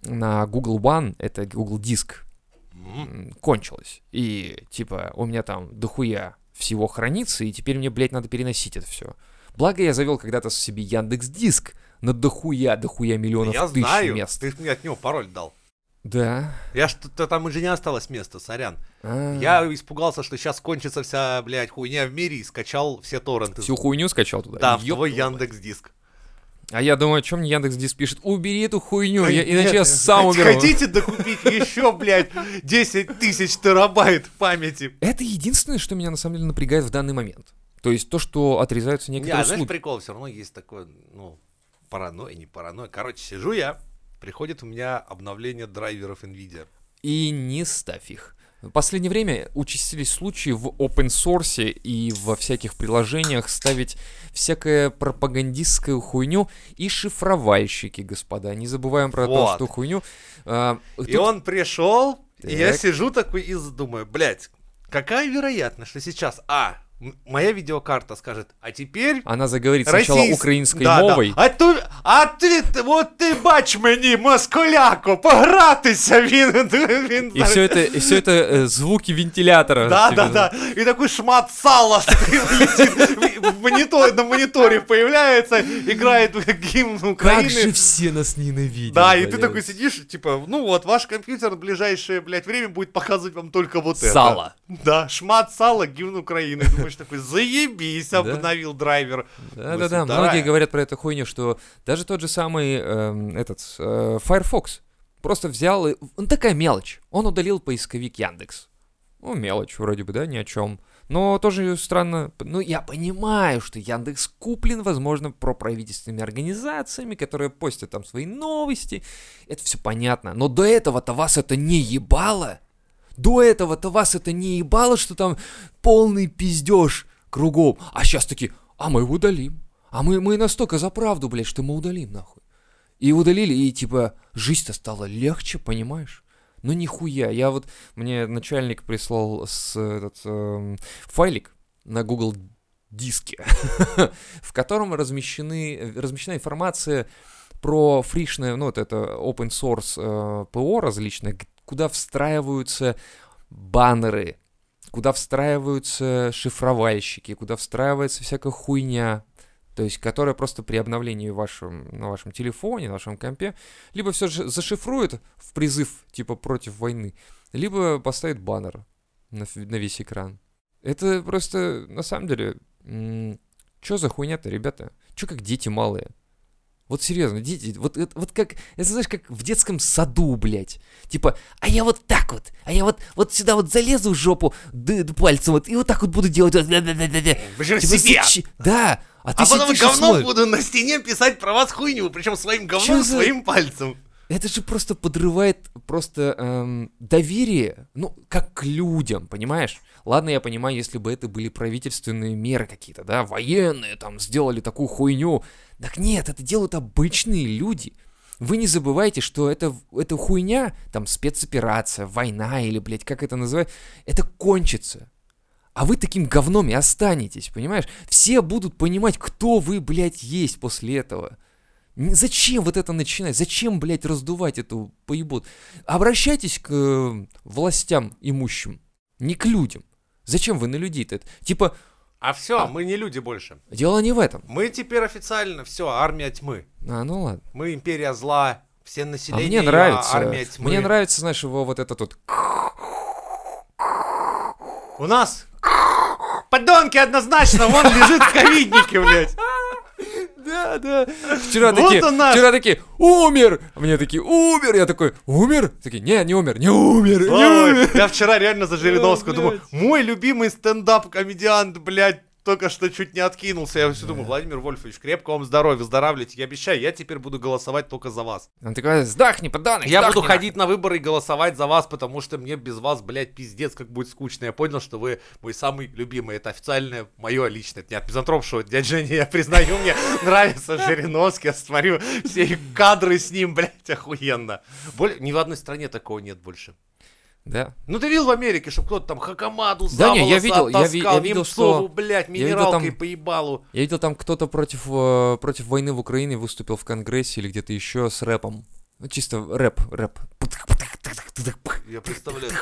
Speaker 2: на Google One, это Google Диск,
Speaker 1: М.
Speaker 2: м, кончилась. И, типа, у меня там дохуя всего хранится, и теперь мне, блядь, надо переносить это все. Благо, я завел когда-то себе Яндекс Диск на дохуя, дохуя миллионов
Speaker 1: Я
Speaker 2: тысяч
Speaker 1: знаю,
Speaker 2: мест.
Speaker 1: ты мне от него пароль дал.
Speaker 2: Да.
Speaker 1: Я что-то там уже не осталось места, сорян.
Speaker 2: А,
Speaker 1: Я испугался, что сейчас кончится вся, блядь, хуйня в мире и скачал все торренты.
Speaker 2: всю хуйню скачал туда.
Speaker 1: Да, в
Speaker 2: Ёб
Speaker 1: твой
Speaker 2: твою мать.
Speaker 1: Яндекс Диск.
Speaker 2: А я думаю, о чем мне Яндекс Диск пишет? Убери эту хуйню, я-
Speaker 1: Нет,
Speaker 2: иначе я сам
Speaker 1: хоть
Speaker 2: уберу.
Speaker 1: Хотите докупить еще, блядь, 10 тысяч терабайт памяти?
Speaker 2: Это единственное, что меня на самом деле напрягает в данный момент. То есть то, что отрезаются
Speaker 1: Не,
Speaker 2: некоторые
Speaker 1: а знаешь,
Speaker 2: услуги.
Speaker 1: прикол, все равно есть такое, ну, паранойя, не паранойя. Короче, сижу я, приходит у меня обновление драйверов NVIDIA.
Speaker 2: И не ставь их. В последнее время участились случаи в open source и во всяких приложениях ставить всякое пропагандистскую хуйню и шифровальщики, господа. Не забываем про
Speaker 1: Вот.
Speaker 2: то, что хуйню. а,
Speaker 1: И
Speaker 2: тут-
Speaker 1: он пришел, и я
Speaker 2: Так.
Speaker 1: сижу такой и думаю, блядь, какая вероятность, что сейчас, а, м- моя видеокарта скажет, а теперь...
Speaker 2: Она заговорит сначала
Speaker 1: российс-
Speaker 2: украинской
Speaker 1: Да, да.
Speaker 2: мовой.
Speaker 1: А, ту- а ти- ти- вот ти бач мені, москаляко, погратися він. він
Speaker 2: И все это, и все это э, звуки вентилятора. типа,
Speaker 1: Да,
Speaker 2: тебе
Speaker 1: да, да. И такой шмат сала летит в монитор- на мониторе появляется, играет гимн
Speaker 2: Как же
Speaker 1: Украины.
Speaker 2: все нас ненавидят.
Speaker 1: Да, и ты
Speaker 2: блядь.
Speaker 1: такой сидишь, типа, ну вот, ваш компьютер в ближайшее, блядь, время будет показывать вам только вот это.
Speaker 2: Сало.
Speaker 1: Да, шмат сала, гимн Украины. Думаешь, такой, заебись,
Speaker 2: Да.
Speaker 1: обновил драйвер.
Speaker 2: Да-да-да,
Speaker 1: Мысль
Speaker 2: многие
Speaker 1: вторая.
Speaker 2: говорят про эту хуйню, что даже тот же самый эм, этот э, Firefox просто взял и... Ну, такая мелочь. Он удалил поисковик Яндекс. Ну, мелочь вроде бы, да, ни о чем. Но тоже странно. Ну, я понимаю, что Яндекс куплен, возможно, проправительственными организациями, которые постят там свои новости. Это все понятно. Но до этого-то вас это не ебало. До этого-то вас это не ебало, что там полный пиздеж кругом. А сейчас такие, а мы его удалим. А мы, мы настолько за правду, блядь, что мы удалим, нахуй. И удалили, и типа, жизнь-то стала легче, понимаешь? Ну нихуя, я вот, мне начальник прислал с, этот, эм, файлик на Google диске, в котором размещены, размещена информация про фришное, ну вот это open source э, ПО различное, г- куда встраиваются баннеры, куда встраиваются шифровальщики, куда встраивается всякая хуйня, то есть которая просто при обновлении вашем, на вашем телефоне, на вашем компе, либо все же зашифрует в призыв типа против войны, либо поставит баннер на, ф- на весь экран. Это просто, на самом деле, что за хуйня-то, ребята? Че как дети малые? Вот серьезно, дети, вот, это- вот как, это знаешь, как в детском саду, блядь. Типа, а я вот так вот, а я вот, вот сюда вот залезу в жопу д- д- пальцем вот, и вот так вот буду делать. вот, да-да-да-да-да.
Speaker 1: Причем
Speaker 2: Типа,
Speaker 1: себе.
Speaker 2: сучи- Да, а ты
Speaker 1: А потом
Speaker 2: сидишь и
Speaker 1: говном
Speaker 2: смотришь.
Speaker 1: буду на стене писать про вас хуйню, причем своим
Speaker 2: Чё
Speaker 1: говном,
Speaker 2: за-
Speaker 1: своим пальцем.
Speaker 2: Это же просто подрывает просто эм, доверие, ну, как к людям, понимаешь? Ладно, я понимаю, если бы это были правительственные меры какие-то, да, военные там сделали такую хуйню. Так нет, это делают обычные люди. Вы не забывайте, что это, эта хуйня, там, спецоперация, война или, блядь, как это называют, это кончится. А вы таким говном и останетесь, понимаешь? Все будут понимать, кто вы, блядь, есть после этого. Н- Зачем вот это начинать? Зачем, блядь, раздувать эту поебот? Обращайтесь к э, властям имущим, не к людям. Зачем вы на людей-то? это? Типа,
Speaker 1: А все,
Speaker 2: А.
Speaker 1: мы не люди больше.
Speaker 2: дело не в этом.
Speaker 1: Мы теперь официально все, армия тьмы.
Speaker 2: А, ну ладно.
Speaker 1: Мы империя зла, все
Speaker 2: А
Speaker 1: население.
Speaker 2: мне нравится.
Speaker 1: Армия тьмы.
Speaker 2: Мне нравится, знаешь, его вот этот вот...
Speaker 1: У нас подонки однозначно, он лежит в ковиднике, блядь.
Speaker 2: Да, да. Вчера
Speaker 1: Вот
Speaker 2: такие,
Speaker 1: он наш.
Speaker 2: вчера такие, умер! А Мне такие, умер! Я такой, умер? Такие, не, не умер, не умер, не
Speaker 1: Слава
Speaker 2: умер.
Speaker 1: богу. Я вчера реально за Жириновскую
Speaker 2: О,
Speaker 1: думаю, мой любимый стендап-комедиант, блядь, только что чуть не откинулся. Я все думаю, Владимир Вольфович, крепкого вам здоровья, выздоравливайте. Я обещаю, я теперь буду голосовать только за вас.
Speaker 2: Он такой, сдохни, подонок,
Speaker 1: Я
Speaker 2: сдохни,
Speaker 1: буду
Speaker 2: нахуй».
Speaker 1: ходить на выборы и голосовать за вас, потому что мне без вас, блядь, пиздец, как будет скучно. Я понял, что вы мой самый любимый. Это официальное, мое личное. Это не от мизантропшего дядя Женя, я признаю, мне нравится Жириновский. Я смотрю все их кадры с ним, блядь, охуенно. Боль- Ни в одной стране такого нет больше.
Speaker 2: Да.
Speaker 1: Ну ты видел в Америке, что кто-то там Хакамаду за
Speaker 2: Да не, я
Speaker 1: волосы
Speaker 2: видел, я ви- я
Speaker 1: оттаскал,
Speaker 2: видел,
Speaker 1: Немцову,
Speaker 2: что-
Speaker 1: блядь,
Speaker 2: видел
Speaker 1: минералкой
Speaker 2: там-
Speaker 1: по ебалу.
Speaker 2: Я видел, там кто-то против, э, против войны в Украине выступил в Конгрессе или где-то еще с рэпом. Ну, чисто рэп, рэп.
Speaker 1: Я представляю,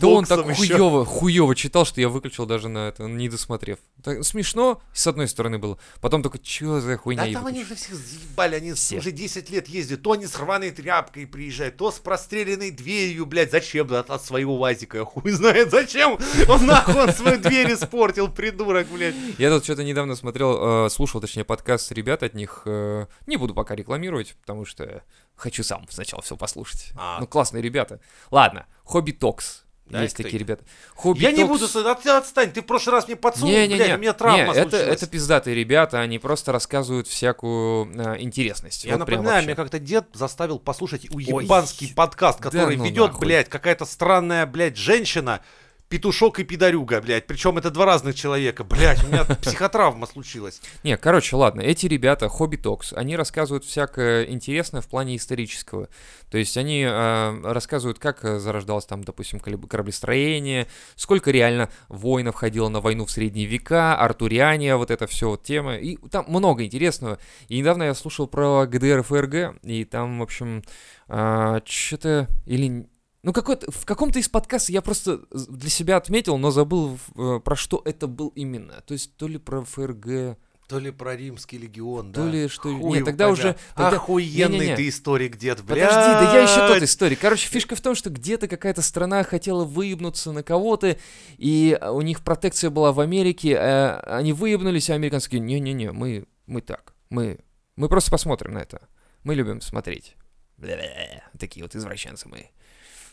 Speaker 2: Да он так
Speaker 1: хуёв.
Speaker 2: хуёво, хуёво читал, что я выключил даже на это, не досмотрев. Так смешно, с одной стороны, было. Потом только, чё за хуйня?
Speaker 1: Да
Speaker 2: и
Speaker 1: там они
Speaker 2: выключил.
Speaker 1: уже всех заебали, они с-
Speaker 2: Все.
Speaker 1: уже 10 лет ездят, то они с рваной тряпкой приезжают, то с простреленной дверью, блядь, зачем от, от своего УАЗика, я хуй знает зачем, он нахуй он свою дверь испортил, придурок, блядь.
Speaker 2: Я тут что-то недавно смотрел, э, слушал, точнее, подкаст ребят от них. э, не буду пока рекламировать, потому что хочу сам сначала все послушать.
Speaker 1: А.
Speaker 2: Ну, классные ребята. Ладно, Хобби Токс.
Speaker 1: Да,
Speaker 2: Есть
Speaker 1: это-
Speaker 2: такие ребята. Хобби
Speaker 1: Я не
Speaker 2: Токс.
Speaker 1: буду, с- от- отстань, ты в прошлый раз мне подсунул,
Speaker 2: Не, не,
Speaker 1: блядь,
Speaker 2: не,
Speaker 1: у меня травма
Speaker 2: не, это,
Speaker 1: случилась.
Speaker 2: это пиздатые ребята, они просто рассказывают всякую а, интересность.
Speaker 1: Я
Speaker 2: Вот прям
Speaker 1: напоминаю,
Speaker 2: вообще.
Speaker 1: меня как-то дед заставил послушать уебанский подкаст, который
Speaker 2: ну
Speaker 1: ведет,
Speaker 2: нахуй.
Speaker 1: блядь, какая-то странная, блядь, женщина, петушок и пидорюга, блядь. Причем это два разных человека, блядь, у меня психотравма случилась.
Speaker 2: Не, короче, ладно, эти ребята, Хобби Токс, они рассказывают всякое интересное в плане исторического. То есть они э, рассказывают, как э, зарождалось там, допустим, колеб- кораблестроение, сколько реально воинов ходило на войну в средние века, артуриане, вот это все вот тема. И там много интересного. И недавно я слушал про ГДР и ФРГ, и там, в общем, что-то... Или... Ну, какой-то, в каком-то из подкастов я просто з- для себя отметил, но забыл, в- э, про что это был именно. То есть то ли про ФРГ,
Speaker 1: То ли про римский легион, да.
Speaker 2: то ли что...
Speaker 1: Хуй
Speaker 2: Нет,
Speaker 1: его
Speaker 2: тогда
Speaker 1: поймёт.
Speaker 2: уже... тогда-
Speaker 1: Охуенный
Speaker 2: Не-не-не.
Speaker 1: ты историк, дед, блядь.
Speaker 2: Подожди, да я еще тот историк. Короче, фишка в том, что где-то какая-то страна хотела выебнуться на кого-то, и э, у них протекция была в Америке, э, они выебнулись, а американские, не-не-не, мы, мы так, мы, мы просто посмотрим на это. Мы любим смотреть. Бля-бля-бля. Такие вот извращенцы мы.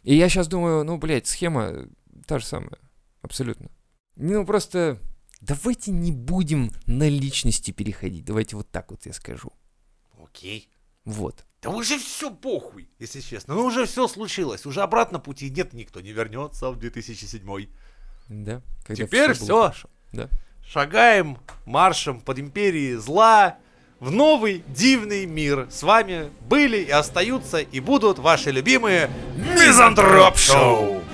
Speaker 2: И я сейчас думаю, ну, блядь, схема та же самая. Абсолютно. Ну, просто давайте не будем на личности переходить. Давайте вот так вот я скажу.
Speaker 1: Окей.
Speaker 2: Вот.
Speaker 1: Да уже все похуй, если честно. Ну уже все случилось. Уже обратно пути нет, никто не вернется в 2007
Speaker 2: Да. Когда
Speaker 1: Теперь
Speaker 2: всё было
Speaker 1: всё.
Speaker 2: хорошо. Да.
Speaker 1: Шагаем маршем под империей зла в новый дивный мир. С вами были и остаются и будут ваши любимые Мизантроп Шоу!